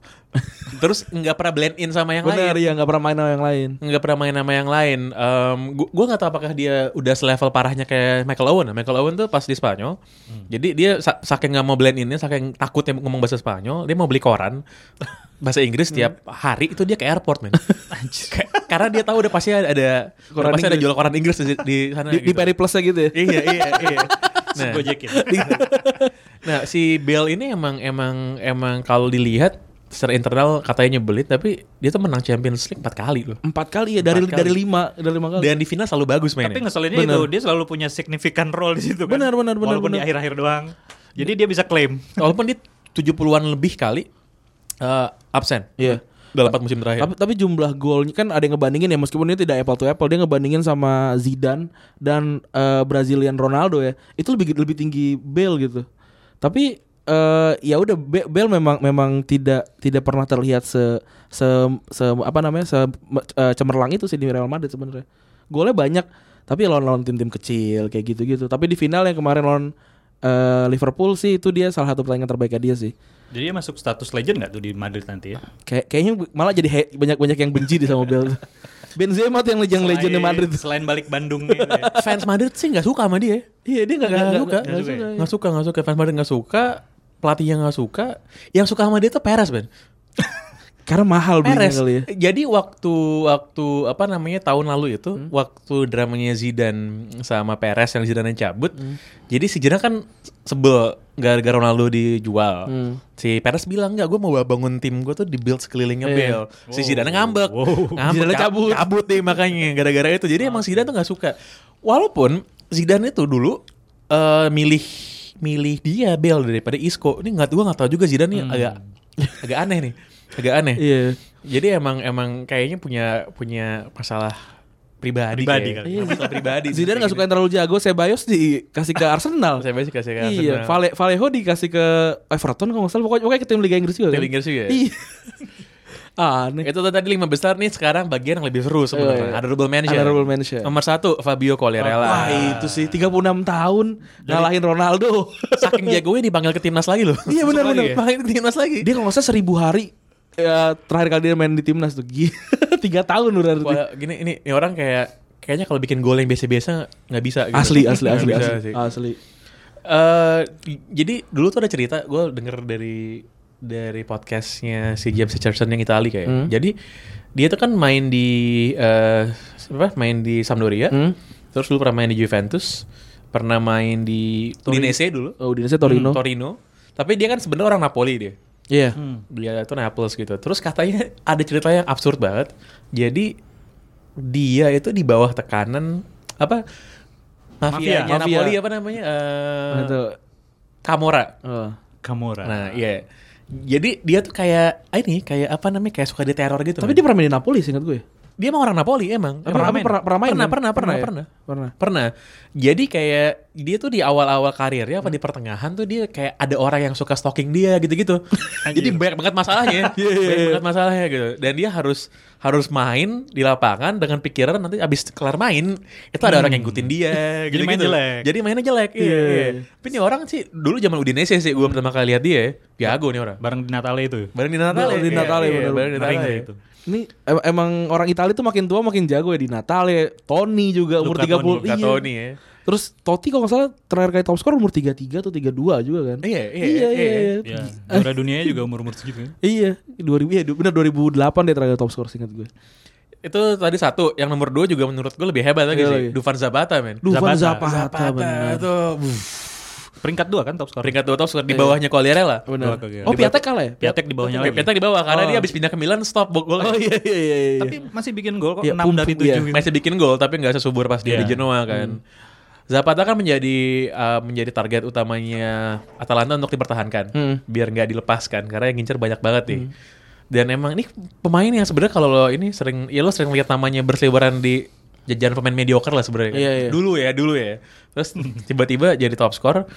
S1: Terus nggak pernah blend in sama yang
S2: Benar
S1: lain.
S2: ya nggak pernah main sama yang lain.
S1: nggak pernah main sama yang lain. Em, gu- gua nggak tahu apakah dia udah selevel parahnya kayak Michael Owen. Nah, Michael Owen tuh pas di Spanyol,
S2: Hmm.
S1: jadi dia sa- saking nggak mau blend innya, saking takutnya ngomong bahasa Spanyol, dia mau beli koran bahasa Inggris tiap hari itu dia ke airport men. Kayak- Karena dia tahu udah pasti ada, ada
S2: Koran
S1: udah pasti ada
S2: Inggris.
S1: jual koran Inggris di, di sana.
S2: Di, di
S1: gitu.
S2: Peri Plusnya gitu ya.
S1: Iya iya iya. Nah,
S3: Gojekin.
S2: Iya.
S1: nah si Bell ini emang emang emang kalau dilihat secara internal katanya nyebelin tapi dia tuh menang Champions League 4 kali loh.
S2: Empat kali ya dari
S1: Empat kali.
S2: dari lima dari lima kali.
S1: Dan di final selalu bagus mainnya.
S3: Tapi ngeselinnya
S2: Bener.
S3: itu dia selalu punya signifikan role di situ kan.
S2: Bener, bener, bener,
S3: Walaupun di
S2: bener.
S3: akhir-akhir doang. Jadi dia bisa klaim.
S1: Walaupun dia 70-an lebih kali eh, absen.
S2: Iya.
S1: Dalam 4 musim terakhir.
S2: Tapi, tapi jumlah golnya kan ada yang ngebandingin ya meskipun ini tidak apple to apple dia ngebandingin sama Zidane dan eh, Brazilian Ronaldo ya itu lebih lebih tinggi Bale gitu. Tapi eh, ya udah Be- Bale memang memang tidak tidak pernah terlihat se se, se apa namanya se me- eh, cemerlang itu sih di Real Madrid sebenarnya. Golnya banyak tapi lawan-lawan tim-tim kecil kayak gitu-gitu. Tapi di final yang kemarin lawan eh, Liverpool sih itu dia salah satu pertandingan terbaiknya dia sih.
S3: Jadi dia masuk status legend nggak tuh di Madrid nanti ya?
S2: Kayak kayaknya malah jadi he- banyak-banyak yang benci di sama Bel. Benzema tuh yang legend legend di
S3: Selain-
S2: Madrid. Nah,
S3: Selain balik Bandung gitu ya.
S1: fans Madrid sih nggak suka sama dia.
S2: Iya dia nggak
S1: Nggak
S2: nggak-
S1: suka.
S2: nggak suka. ya.
S1: Nggak suka, nggak suka. Fans Madrid nggak suka. Pelatihnya nggak suka. Yang suka sama dia tuh Perez, Ben.
S2: Karena mahal belinya
S1: Perez.
S2: kali ya.
S1: Jadi waktu waktu apa namanya tahun lalu itu
S2: Hmm.
S1: waktu dramanya Zidane sama Perez yang Zidane yang cabut.
S2: Hmm.
S1: Jadi si Zidane kan sebel gara-gara Ronaldo dijual.
S2: Hmm.
S1: Si Perez bilang nggak, gue mau bangun tim gue tuh di build sekelilingnya
S2: Iya.
S1: Bale. Si Zidane ngambek, ngambek
S2: Zidane
S1: cab-
S2: cabut.
S1: cabut deh makanya gara-gara itu. Jadi emang Zidane tuh nggak suka. Walaupun Zidane itu dulu eh, milih milih dia Bale daripada Isco. Ini nggak gue nggak tahu juga Zidane nih agak agak aneh nih, agak aneh.
S2: Hmm. Iya.
S1: Jadi emang emang kayaknya punya punya masalah pribadi.
S3: Pribadi
S1: kayak.
S2: ya.
S3: kali.
S1: Iya, masalah pribadi.
S2: Zidane nggak suka yang terlalu jago. Sebayos dikasih ke Arsenal.
S1: Saya sih kasih kasih.
S2: Iya, Vale, Vallejo dikasih ke Everton kalau nggak salah. Pokoknya, pokoknya ke tim Liga Inggris juga.
S1: Tim
S2: kan?
S1: Inggris juga ya?
S2: Iya. Aneh.
S1: Itu tadi lima besar nih sekarang bagian yang lebih seru sebenarnya.
S2: Iya, iya.
S1: Honorable mention.
S2: Honorable mention.
S1: Nomor satu Fabio
S2: Wah
S1: Collarella.
S2: itu sih 36 tahun ngalahin Ronaldo.
S1: Saking jagonya dipanggil ke timnas lagi loh. ya.
S2: Iya, benar, benar.
S1: Dipanggil ke timnas lagi.
S2: dia kalau nggak salah seribu hari ya, terakhir kali dia main di timnas tuh. Gila. Tiga tahun udah.
S1: Wah, gini ini, ini orang kayak kayaknya kalau bikin gol yang biasa-biasa nggak bisa gitu.
S2: Asli, asli,
S1: Nggak
S2: asli, Ah,
S1: bisa
S2: asli,
S1: sih.
S2: asli.
S1: Eh, jadi dulu tuh ada cerita gue denger dari dari podcastnya si James Richardson yang Itali kayak.
S2: Hmm.
S1: Jadi dia tuh kan main di eh, apa? Main di Sampdoria.
S2: Hmm.
S1: Terus dulu pernah main di Juventus, pernah main di Udinese dulu.
S2: Oh, Udinese Torino.
S1: Hmm, Torino. Tapi dia kan sebenarnya orang Napoli dia.
S2: Iya.
S1: Dia itu Naples gitu. Terus katanya ada cerita yang absurd banget. Jadi dia itu di bawah tekanan apa? Mafia,
S3: Mafia.
S1: Napoli
S2: Mafia.
S1: apa namanya?
S2: Nah,
S1: Eh
S2: itu.
S1: Camorra.
S2: Oh.
S3: Kamura.
S1: Nah, iya. Jadi dia tuh kayak ah, ini kayak apa namanya? Kayak suka diteror gitu.
S2: Tapi dia pernah main di Napoli seingat gue.
S1: dia emang orang Napoli emang.
S2: Tapi
S1: Emang.
S2: tapi pernah pernah main.
S1: Pernah,
S2: kan?
S1: pernah, pernah,
S2: ya?
S1: pernah.
S2: Pernah.
S1: Pernah. Jadi kayak dia tuh di awal-awal karirnya apa di pertengahan tuh dia kayak ada orang yang suka stalking dia gitu-gitu. Jadi banyak banget masalahnya. Banyak banget masalahnya gitu. Dan dia harus harus main di lapangan dengan pikiran nanti abis kelar main itu ada orang yang ngikutin dia
S3: Jadi
S1: gitu-gitu.
S3: main jelek.
S1: Hmm. Jadi mainnya jelek. Iya.
S2: Iya.
S1: iya. Tapi ini orang sih dulu zaman Udinese sih gua pertama kali lihat dia, jago nih orang.
S3: Bareng di Natale itu. ya?
S1: Bareng di Natale.
S2: Bareng di
S1: Iya,
S2: Natale,
S1: iya, bareng
S2: bener.
S1: di
S3: Ngeri,
S1: Natale.
S3: ngeri itu.
S2: Ini em- emang orang Italia tuh makin tua makin jago ya di Natale, Tony juga umur
S3: Luca
S2: 30.
S3: Toni,
S1: Luka
S2: Iya.
S1: Toni ya.
S2: Terus Totti kalau nggak salah terakhir kali top skor umur 33 atau 32 juga kan?
S1: Iya, iya,
S2: Iya,
S1: iya,
S2: iya.
S3: Ya, juara dunianya juga umur-umur segitu. ya.
S2: Iya, 2000 iya du- bener 2008 dia terakhir top skor seingat gue.
S1: Itu tadi satu, yang nomor dua juga menurut gue lebih hebat lagi
S2: Iya
S1: sih,
S2: lagi.
S1: Dufan Zapata men.
S2: Dufan
S3: Zapata.
S2: Zapata, bener.
S1: itu buh,
S3: Peringkat dua kan top skor.
S1: peringkat dua top skor di bawahnya Quagliarella.
S2: Iya. Bener.
S3: Oke, oke.
S2: Oh, Piatek kalah ya?
S3: Piatek di bawahnya lagi.
S1: Petak di bawah karena dia habis pindah ke Milan stop bo- gol.
S2: Oh iya iya iya. iya.
S3: Tapi masih bikin gol kok
S2: Iya,
S3: 6
S2: pum-
S3: dari
S2: pum-
S3: 7
S2: iya. Hmm.
S3: gitu.
S1: Masih bikin gol tapi nggak sesubur pas dia
S3: Iya.
S1: di Genoa kan. Zapata kan menjadi uh, menjadi target utamanya Atalanta untuk dipertahankan,
S2: Hmm.
S1: biar nggak dilepaskan karena yang ngincer banyak banget nih. Dan emang ini pemain yang sebenarnya kalau lo ini sering, ya lo sering lihat namanya berseliweran di jajaran pemain mediocre lah sebenarnya. kan.
S2: Iya, iya.
S1: Dulu ya, dulu ya. Terus tiba-tiba jadi top skor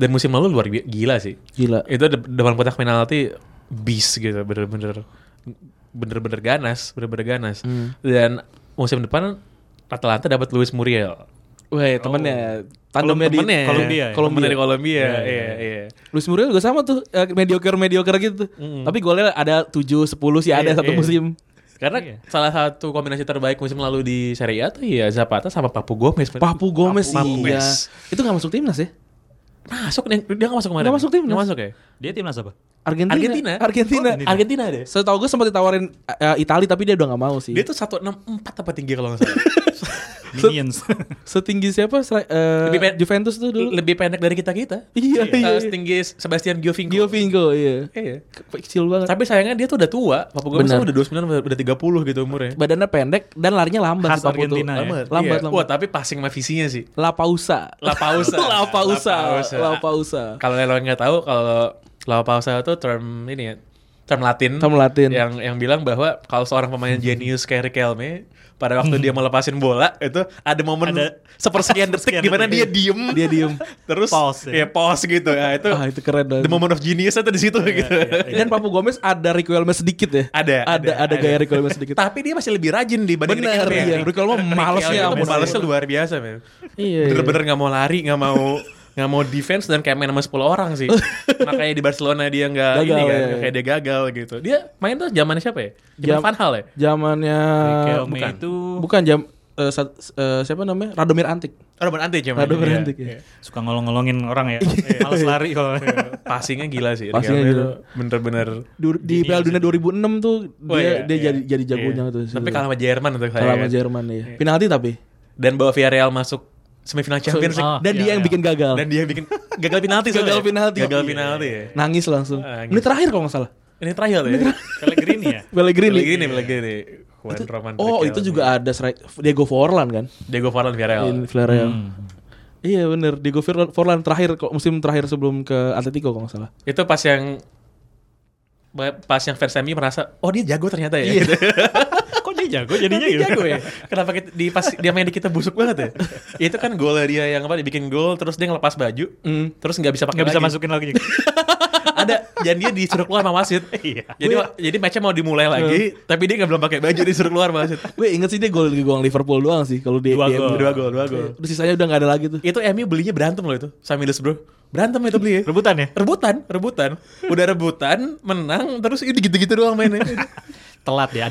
S1: dan musim lalu luar bi- gila sih.
S2: Gila.
S1: Eh, Itu de- depan kotak penalti beast gitu, bener-bener bener-bener ganas, bener-bener ganas.
S2: Hmm.
S1: Dan musim depan Atalanta dapat Luis Muriel.
S2: Weh, temennya tandemnya di
S1: Oh. Temennya,
S3: Kolombia ya?
S1: Kolombia dari
S2: Kolombia.
S1: Kolombia.
S3: Iya,
S1: Iya, iya.
S2: Luis Muriel juga sama tuh, eh, mediocre-mediocre gitu. Tapi golnya ada 7 10 sih ada
S1: Iya,
S2: satu
S1: iya.
S2: musim.
S1: Karena
S3: Iya.
S1: salah satu kombinasi terbaik musim lalu di Serie A tuh ya Zapata sama Papu Gomez.
S2: Papu Gomez sih.
S1: Papu
S2: iya.
S1: Gomez.
S2: Itu gak masuk timnas ya?
S1: Nah, Masuk dia dia nggak masuk kemana?
S2: Nggak masuk timnas.
S1: Nggak masuk ya?
S3: Dia timnas apa?
S2: Argentina.
S1: Argentina.
S2: Argentina.
S1: Oh, Argentina deh.
S2: Setahu gue sempat ditawarin eh, Italia tapi dia udah gak mau sih.
S1: Dia tuh 164 apa tinggi kalau nggak salah.
S3: Minions.
S2: Setinggi siapa? Stra- eh,
S1: Lebih pe-
S2: Juventus tuh dulu.
S1: Lebih pendek dari kita-kita.
S2: Iya, iya.
S1: Eh, setinggi Sebastian Giovinco.
S2: Giovinco, iya.
S1: Iya.
S2: Kecil banget.
S1: Tapi sayangnya dia tuh udah tua. Papu Gomez kan
S2: Bener.
S1: udah 29 udah 30 gitu umurnya.
S2: Badannya pendek dan larinya lambat
S3: Khas
S2: si Papu tuh.
S3: Argentina ya.
S2: Lambat, lambat.
S1: Iya. Wah,
S2: lambat.
S1: tapi passing sama visinya sih.
S2: La Pausa.
S1: La Pausa.
S2: La Pausa.
S1: La Pausa.
S2: La Pausa.
S1: Kalau yang nggak tahu kalau La Pausa itu term ini ya, term Latin.
S2: Term Latin. Hmm.
S1: Yang yang bilang bahwa kalau seorang pemain jenius kayak Riquelme pada waktu dia melepasin bola itu ada momen
S3: Ada-
S1: sepersekian detik
S3: Sekian
S1: di mana dia
S3: detik.
S1: diem,
S2: Dia diem.
S1: terus
S3: Pause
S1: ya.
S3: ya.
S1: pause gitu. Ya, itu
S2: Ah, itu keren banget.
S1: the moment of genius itu di situ gitu.
S2: Dan Papu Gomez ada requirement sedikit ya?
S1: Ada, ada,
S2: Ada ada,
S1: ada.
S2: gaya requirement sedikit.
S1: Tapi dia masih lebih rajin dibanding
S2: Bener,
S1: Riquelme.
S2: iya. Riquelme gitu. malesnya
S1: Riquelme
S2: ampun.
S1: malesnya luar biasa, men.
S2: Iya,
S1: Bener-bener nggak mau lari, nggak mau nggak mau defense dan kayak main sama 10 orang sih. Makanya di Barcelona dia nggak ini
S2: Gagal,
S1: kan,
S2: iya.
S1: kayak dia gagal gitu. Dia main tuh zamannya siapa ya? Zaman
S2: Jam-
S1: Van Hal ya?
S2: Zamannya
S3: Kelme
S1: bukan.
S3: itu
S2: bukan jam eh, sa- eh, siapa namanya? Radomir Antik.
S1: Oh, Robert Ante zaman.
S2: Radomir
S1: Iya.
S2: Antik ya.
S3: suka ngolong-ngolongin orang ya. Males lari kalau.
S1: Passingnya gila sih.
S2: Passingnya
S1: Riquelme
S2: gila.
S1: tuh Bener-bener.
S2: Du- Di Piala Dunia 2006 tuh dia
S1: Wah, iya,
S2: dia
S1: iya.
S2: jadi jadi jagonya
S1: Iya.
S2: tuh.
S1: Tapi kalah sama Jerman untuk saya.
S2: Kalah sama
S1: kan.
S2: Jerman ya. Penalti tapi.
S1: Dan bawa Villarreal masuk semifinal Champions League.
S3: Ah,
S2: Dan dia
S3: iya,
S2: yang
S3: iya.
S2: bikin gagal.
S1: Dan dia bikin gagal penalti.
S2: Gagal
S1: soalnya.
S2: penalti.
S1: Gagal
S2: Iya.
S1: penalti ya.
S2: Nangis langsung.
S1: Nangis.
S2: Menit terakhir kalau nggak salah.
S1: Ini trial ya.
S3: Pellegrini ya.
S2: Pellegrini.
S1: Pellegrini, Pellegrini. Juan Roman
S2: Oh,
S1: Riquelme.
S2: itu juga ada strike Diego Forlan kan?
S1: Diego Forlan
S2: In
S1: Villarreal.
S2: Villarreal.
S3: Hmm.
S2: Iya bener, Diego Forlan, Forlan terakhir kok musim terakhir sebelum ke Atletico kalau nggak salah.
S1: Itu pas yang pas yang Versemi merasa oh dia jago ternyata ya. Gitu.
S3: Ah, Kok Iya. dia jago jadinya
S1: dia
S3: gitu?
S1: jago ya. Kenapa kita, di pas dia main di kita busuk banget ya? itu kan golnya dia yang apa dibikin gol terus dia ngelepas baju. Terus nggak bisa pakai
S3: Nggak bisa
S1: lagi.
S3: masukin lagi.
S1: Ada dan dia disuruh keluar sama wasit.
S3: Iya.
S1: jadi jadi matchnya mau dimulai lagi tapi dia nggak belum pakai baju disuruh keluar sama wasit. Iya,
S2: Gue inget sih dia gol di gawang Liverpool doang sih kalau dia
S3: Dua
S2: dia-
S3: gol.
S1: Dua gol, dua gol.
S2: Iya. Terus sisanya udah nggak ada lagi tuh.
S1: Itu MU belinya berantem loh itu. Samilis bro. Berantem itu beli ya.
S3: Rebutan ya?
S1: Rebutan, rebutan. Udah rebutan, menang, terus ini gitu-gitu doang mainnya.
S3: Telat ya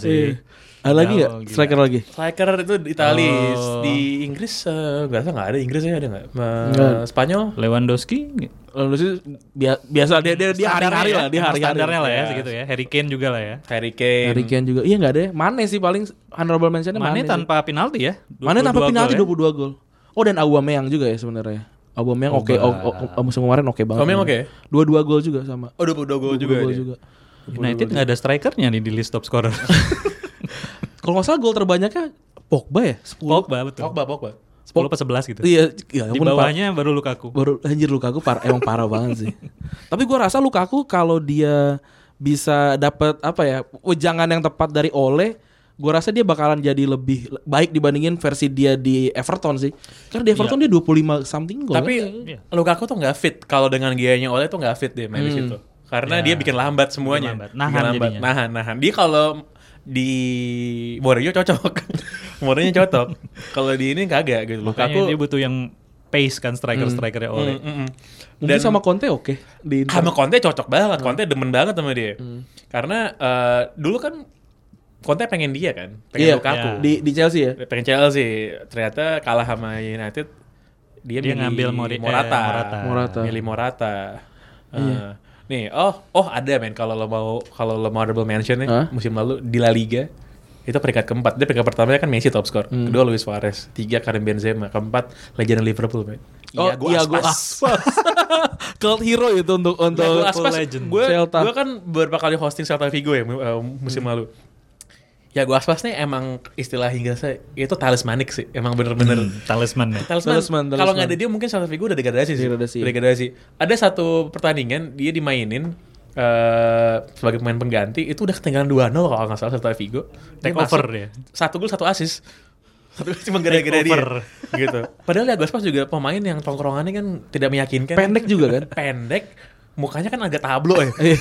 S2: Iya.
S3: sih.
S2: Ada lagi nggak
S3: Oh, gila.
S2: striker lagi?
S1: Striker itu di Italis,
S3: Oh.
S1: di Inggris eh, nggak rasa nggak ada Inggrisnya ada nggak? Eh,
S2: Nggak.
S1: Spanyol?
S3: Lewandowski nggak?
S2: Lalu sih bia- biasa dia Eh, dia dia
S3: Standarnya
S2: hari-hari
S3: ya,
S2: lah, dia
S3: emang
S2: hari-hari. Iya.
S3: standarnya lah ya,
S1: Ya.
S3: segitu ya. Harry Kane juga lah ya.
S1: Harry Kane.
S2: Harry Kane juga. Iya nggak ada. ya. Mane sih paling honorable mentionnya
S3: Mane
S2: Mane. sih.
S3: tanpa penalti ya?
S2: Mane tanpa
S3: 22
S2: penalti
S3: gol ya.
S2: 22 gol. Oh dan Aubameyang juga ya sebenarnya. Aubameyang
S3: Oh,
S2: oke o-
S3: bah.
S2: o- o- musim kemarin oke banget.
S1: Aubameyang oke?
S2: Dua-dua gol juga sama.
S1: Oh, 22 gol juga.
S2: Dua gol
S1: dia.
S2: juga.
S3: United nggak ada strikernya nih di list top scorer.
S2: Kalau nggak salah gol terbanyaknya Pogba ya? 10.
S3: Pogba betul.
S1: Pogba, Pogba.
S3: 10 apa 11 gitu.
S2: Iya, ya
S3: Di
S2: ampun, Pak.
S3: bawahnya baru Lukaku.
S2: baru anjir Lukaku par emang parah banget sih. Tapi gua rasa Lukaku kalau dia bisa dapat apa ya wejangan yang tepat dari Ole, gua rasa dia bakalan jadi lebih le- baik dibandingin versi dia di Everton sih. Karena di Everton dia 25 something gol.
S1: Iya. Tapi
S3: Iya.
S1: Lukaku tuh nggak fit kalau dengan gayanya Oleh tuh nggak fit deh main di
S2: Hmm.
S1: situ. Karena
S3: Ya.
S1: dia Iya. bikin lambat semuanya.
S3: Bikin lambat. Nahan jadinya.
S1: Nahan, nahan. Dia kalau di Mourinho cocok. Mourinho cocok. kalau di ini kagak gitu.
S3: Makanya
S1: Lukaku
S3: dia butuh yang pace kan striker-strikernya oleh.
S1: Mm, mm, mm.
S2: mungkin
S1: Dan-
S2: sama Conte oke di Inter.
S1: sama Conte cocok banget.
S2: Hmm.
S1: Conte demen banget sama dia. Karena eh, dulu kan Conte pengen dia kan, pengen
S2: Iya,
S1: Lukaku.
S2: di di Chelsea ya.
S1: Pengen Chelsea. Ternyata kalah sama United. Dia,
S3: Dia
S1: milih
S3: ngambil Mori- eh,
S1: Morata.
S3: Morata.
S2: Morata.
S1: Milih Morata. Eh,
S2: Iya.
S1: Nih, oh, oh ada men kalau lo mau kalau lo mau honorable mention nih
S2: Hah?
S1: musim lalu di La Liga itu peringkat keempat. Dia peringkat pertamanya kan Messi top skor,
S2: Hmm.
S1: kedua Luis Suarez, tiga Karim Benzema, keempat legenda Liverpool, men.
S2: Oh, Iago Cult hero itu untuk untuk
S1: Gue
S3: Liverpool
S1: Iya, aspas,
S3: legend.
S1: gue
S2: Celta.
S1: gue kan beberapa kali hosting Celta Vigo ya mu- eh, musim lalu. Ya gue aspas nih emang istilah Inggrisnya itu talismanik sih, emang bener-bener.
S3: Talisman ya.
S1: Talisman,
S2: Talisman,
S1: kalau
S2: talisman.
S1: nggak ada dia mungkin Celta Vigo udah degradasi sih.
S2: Degradasi.
S1: Degradasi. Ada satu pertandingan dia dimainin eh, sebagai pemain pengganti itu udah ketinggalan 2-0 kalau nggak salah Celta Vigo. Dia
S3: Take over
S1: masuk,
S3: dia.
S1: Satu gol satu asis. Satu gol cuma gara-gara dia.
S3: Take over.
S1: gitu. Padahal ya Aspas juga pemain yang tongkrongannya kan tidak meyakinkan.
S2: pendek juga kan.
S1: pendek mukanya kan agak tablo ya
S2: Iya.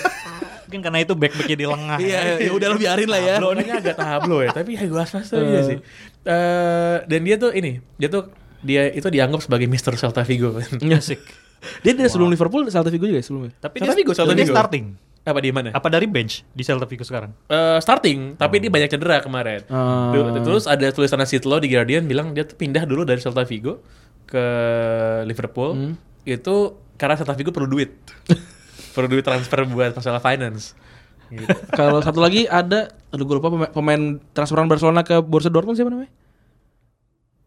S3: Mungkin karena itu back-backnya di lengah.
S2: Iya, ya udah lo biarin lah
S1: Ah,
S2: ya.
S1: eh. tablo ini agak tablo ya tapi ya gue aspas tuh iya sih Eh, dan dia tuh ini dia tuh dia itu dianggap sebagai Mr. Celta Vigo
S3: Asik.
S2: Iya. Dia dari sebelum Liverpool Celta Vigo juga ya sebelumnya.
S3: Tapi
S1: Celta
S3: dia,
S1: Vigo, Celta
S3: tapi dia
S1: Vigo.
S3: starting.
S1: apa di mana
S3: Apa dari bench di Celta Vigo sekarang?
S1: Eh, starting tapi dia banyak cedera kemarin
S2: Ah.
S1: Du- terus ada tulisan Sitlo di Guardian bilang dia tuh pindah dulu dari Celta Vigo ke Liverpool itu karena Celta Vigo perlu duit perlu duit transfer buat masalah finance gitu.
S2: Kalau satu lagi ada, aduh gue lupa pemain, pemain transferan Barcelona ke Borussia Dortmund siapa namanya?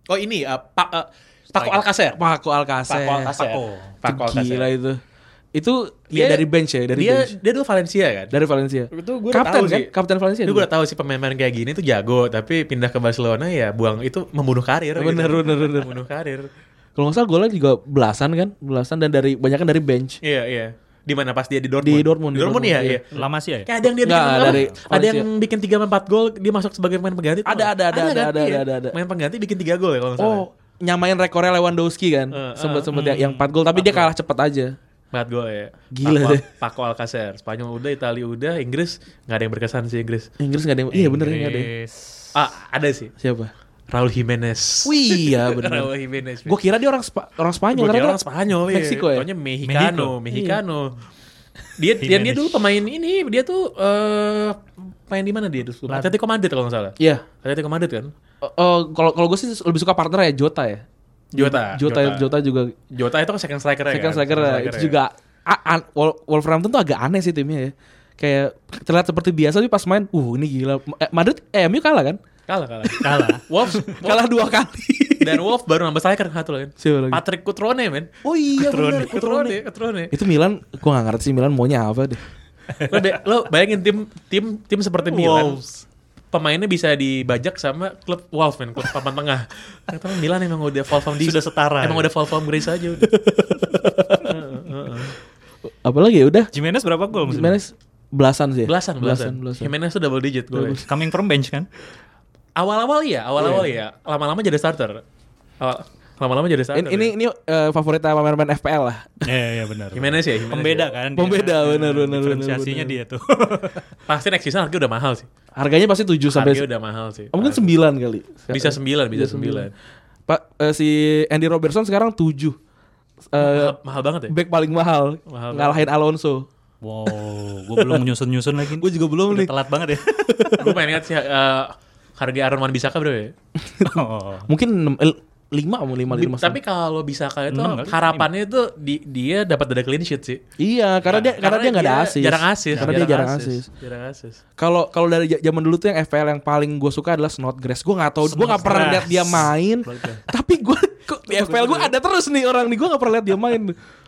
S1: oh ini eh, Pak eh, Paco Alcacer
S2: Paco Alcacer.
S1: Paco Alcacer.
S3: Paco.
S1: Paco Alcacer.
S2: Gila itu. Itu dia dari bench ya, dari
S1: Iya. dia,
S2: bench.
S1: Dia dulu Valencia kan.
S2: Dari Valencia.
S1: Itu gua udah
S2: kapten
S1: tahu
S2: kan?
S1: sih.
S2: Kapten Valencia.
S1: Itu
S2: dulu.
S1: gue udah tahu sih pemain-pemain kayak gini tuh jago, tapi pindah ke Barcelona ya buang itu membunuh karir. gitu.
S2: Bener, bener, bener.
S1: Membunuh karir.
S2: Kalau nggak salah golnya juga belasan kan? Belasan dan dari banyak kan dari bench.
S1: Iya, iya. Di mana pas dia di Dortmund?
S2: Di Dortmund,
S1: Di
S2: di
S1: Dortmund, ya,
S2: Dortmund,
S1: iya.
S2: iya.
S3: Lama sih ya.
S1: Kayak ada yang dia bikin
S2: Nggak,
S1: apa?
S2: dari
S1: ada yang
S2: Valencia.
S1: bikin 3 4 gol, dia masuk sebagai pemain pengganti. tuh
S2: Ada,
S1: nggak?
S2: ada, ada, ada,
S1: kan?
S2: ada,
S1: Iya.
S2: ada, ada.
S1: Main pengganti bikin 3 gol ya kalau nggak salah.
S2: Oh, nyamain rekornya Lewandowski kan?
S1: Eh, eh,
S2: Sempet-sempet ya, yang 4 gol tapi dia kalah cepat aja.
S1: 4 gol ya.
S2: Gila
S1: Paco,
S2: deh.
S1: Paco Alcacer. Spanyol udah, Italia udah, Inggris nggak ada yang berkesan sih Inggris.
S2: Inggris nggak ada yang... Iya bener nggak ada. ya.
S3: Inggris.
S1: Ah, ada sih.
S2: Siapa?
S1: Raul Jimenez.
S2: Wih, ya bener.
S1: Raul Jimenez.
S2: Gue kira dia orang Spa- orang Spanyol.
S1: Gue kira
S2: ternyata
S1: orang Spanyol ya.
S2: Meksiko ya?
S1: Taunya Mexicano,
S3: Mexico.
S1: Mexicano. Dia dia, dia
S3: Jimenez.
S1: dulu pemain ini, dia tuh eh main di mana dia dulu? Atletico Madrid kalau nggak salah.
S2: Iya.
S1: Atletico Madrid kan?
S2: Eh, eh, Kalau kalau gue sih lebih suka partner ya Jota ya.
S1: Ah, Jota.
S2: Jota Jota juga
S1: Jota itu kan second striker ya.
S2: Second striker ya. itu juga a- an- Wol- Wolverhampton tuh agak aneh sih timnya ya. Kayak terlihat seperti biasa tapi pas main, uh ini gila. Eh, Madrid eh, MU kalah kan?
S1: Kalah, kalah.
S3: Kalah.
S1: Wolves,
S2: Kalah dua kali.
S1: dan Wolf baru nambah striker satu lagi.
S2: Siapa lagi?
S1: Patrick Cutrone, men.
S2: Oh iya
S1: Cutrone,
S2: bener,
S1: Cutrone,
S2: Cutrone.
S1: Cutrone.
S2: Itu Milan gua gak ngerti sih Milan maunya apa deh.
S1: lo, be- lo bayangin tim tim tim seperti Milan. Pemainnya bisa dibajak sama klub Wolf men, klub papan tengah. Ternyata Milan emang udah full form di
S3: Sudah setara
S1: Emang
S3: ya.
S1: udah full form Grace aja udah.
S2: Apalagi ya udah
S3: Jimenez berapa gol musim?
S2: Jimenez belasan sih. ya?
S1: Belasan, belasan.
S2: belasan.
S1: Jimenez tuh double digit gue.
S3: ini? ya. Coming from bench kan?
S1: Awal-awal iya, awal-awal iya. Lama-lama jadi starter. Awal- Lama-lama jadi starter.
S2: Ini ini, ini eh, favoritnya pemain-pemain FPL lah.
S3: Iya, iya benar.
S1: Jimenez ya, Jimenez
S3: Pembeda
S1: ya.
S3: kan? dia.
S2: Pembeda, benar, benar, benar,
S3: Diferensiasinya
S2: benar.
S3: dia tuh.
S1: Pasti next season harga udah mahal sih.
S2: Harganya pasti 7 sampai
S1: Harga udah mahal sih.
S2: Oh, mungkin 9 kali.
S1: Bisa sembilan, bisa sembilan.
S2: Pak eh, si Andy Robertson sekarang 7. Eh
S1: Mahal, mahal banget ya.
S2: back paling mahal,
S1: Mahal
S2: ngalahin Alonso.
S3: Wow, gue belum nyusun-nyusun lagi.
S2: Gue juga belum
S3: Udah
S2: nih.
S3: telat banget ya.
S1: gue pengen lihat sih eh, Harga Aaron Wan Bisaka berapa ya?
S3: oh.
S2: Mungkin 6 eh, 5 mau 5
S1: Bi- Tapi kalau Bisaka itu
S3: Enam kali,
S1: harapannya itu di- dia dapat dada clean sheet sih.
S2: Iya, karena dia karena, dia nggak ada asis.
S1: Jarang asis.
S2: Karena dia jarang asis.
S1: Jarang asis.
S2: Kalau kalau dari j- zaman dulu tuh yang FPL yang paling gue suka adalah Snodgrass. Gue nggak tahu, gue nggak pernah lihat dia main. tapi gue di FPL gue ada terus nih orang nih gue nggak pernah lihat dia main.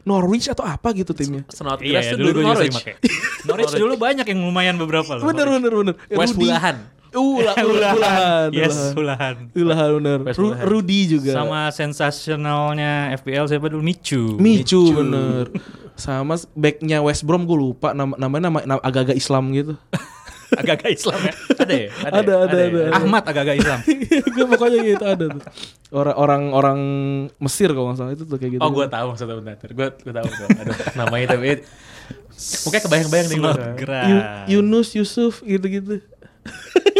S2: Norwich atau apa gitu timnya.
S1: Snodgrass
S3: Iya,
S1: itu
S3: dulu
S1: dulu
S3: gue juga sering
S1: Norwich.
S3: pakai. Norwich dulu banyak yang lumayan beberapa loh.
S2: Bener bener bener.
S1: West
S2: Rudy. Uh,
S1: Bulahan.
S2: Ula, ula,
S3: Ulahan.
S2: ulahan.
S3: Yes,
S2: ulahan.
S3: ulahan.
S2: Ulahan bener.
S1: West
S2: Ru-
S1: Bulahan.
S2: Rudy juga.
S3: Sama sensasionalnya FPL siapa dulu Micu.
S2: Micu, bener. Sama s- backnya West Brom gue lupa nama namanya nama, nama- agak-agak Islam gitu.
S3: Agak-agak Islam ya. Ada ya?
S2: Ada,
S3: ya?
S2: ada, ada, ada.
S3: Ahmad agak-agak Islam.
S2: gue pokoknya gitu ada tuh. Orang orang orang Mesir kalau nggak salah itu tuh kayak gitu.
S1: Oh gue tahu maksudnya bentar. Gue gue tahu gua. Ada namanya tapi Mungkin
S3: Kan
S1: kebayang-bayang deh gue.
S3: Snodgrass.
S2: Yu- Yunus Yusuf gitu-gitu.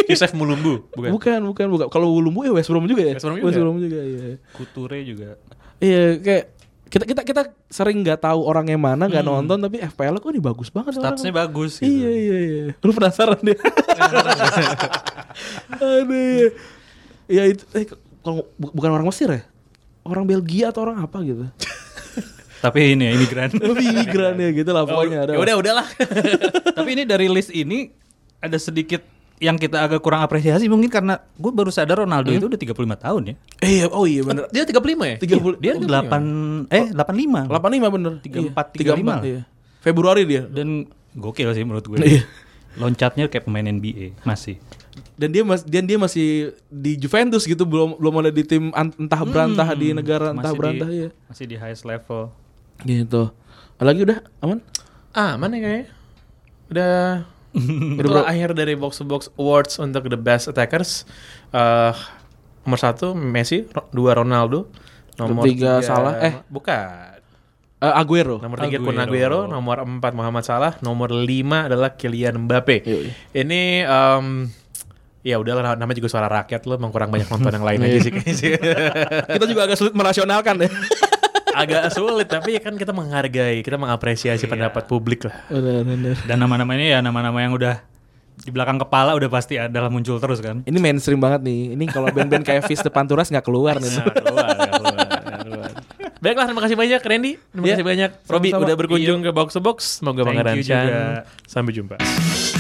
S1: Yusuf Mulumbu
S2: Bukan,
S1: bukan?
S2: bukan, bukan. Kalau Wulumbu ya West Brom juga ya.
S1: West Brom juga.
S2: juga, iya.
S3: Kuture juga.
S2: Iya, kayak kita kita kita sering nggak tahu orangnya mana, nggak nonton tapi FPL kok ini Hmm. bagus banget
S3: Statsnya
S2: orangnya.
S3: bagus
S2: Iya,
S3: gitu.
S2: iya, iya. Lu penasaran deh. Aduh. Iya, Iya, itu eh, kalau bu- bukan orang Mesir ya? Orang Belgia atau orang apa gitu.
S3: Tapi ini ya imigran. Oh,
S2: Lebih migran ya gitu lah pokoknya ada.
S1: Ya udah udahlah.
S3: Tapi ini dari list ini ada sedikit yang kita agak kurang apresiasi mungkin karena gue baru sadar Ronaldo itu udah 35 tahun ya.
S2: Eh, oh iya bener.
S1: Dia 35 ya?
S2: 30
S3: Dia 8 eh 85.
S2: 85 bener.
S3: 34,
S2: Iya,
S3: 35.
S2: iya. Februari dia.
S3: Dan gokil sih menurut gue.
S2: Iya.
S3: Loncatnya kayak pemain NBA masih.
S2: Dan dia mas dan dia masih di Juventus gitu belum belum ada di tim an- entah berantah Hmm. di negara entah
S3: Masih
S2: berantah
S3: di,
S2: ya.
S3: Masih di highest level.
S2: Gitu. Lagi udah aman?
S1: Ah, mana kayaknya? Udah itu akhir dari box to box awards untuk the best attackers. Eh nomor satu Messi, ro- dua Ronaldo, nomor
S2: Tiga Salah, eh.
S1: bukan.
S2: Eh, Aguero.
S1: Nomor tiga Kun
S3: Aguero.
S1: Aguero, nomor empat Muhammad Salah, nomor lima adalah Kylian Mbappe.
S2: Yoi.
S1: Ini em, ya udahlah namanya juga suara rakyat lo emang kurang banyak nonton yang lain aja sih
S2: Iya.
S1: kayaknya sih.
S2: Kita juga agak sulit merasionalkan ya.
S1: agak sulit tapi ya kan kita menghargai kita mengapresiasi
S2: Iya.
S1: pendapat publik lah
S2: Bener, bener.
S3: Dan nama-namanya ya nama-nama yang udah di belakang kepala udah pasti adalah muncul terus kan.
S2: Ini mainstream banget nih. Ini kalau band-band kayak Fist Depan Turas nggak keluar nih.
S3: Nah, keluar, keluar, keluar.
S1: Baiklah, terima kasih banyak Randy. Terima
S2: Iya,
S1: kasih banyak Robi
S2: sama-sama.
S1: udah berkunjung ke Box to Box. Semoga
S3: Ya, Iya. Thank you
S1: Pangeran Chan.
S3: juga.
S1: Sampai jumpa.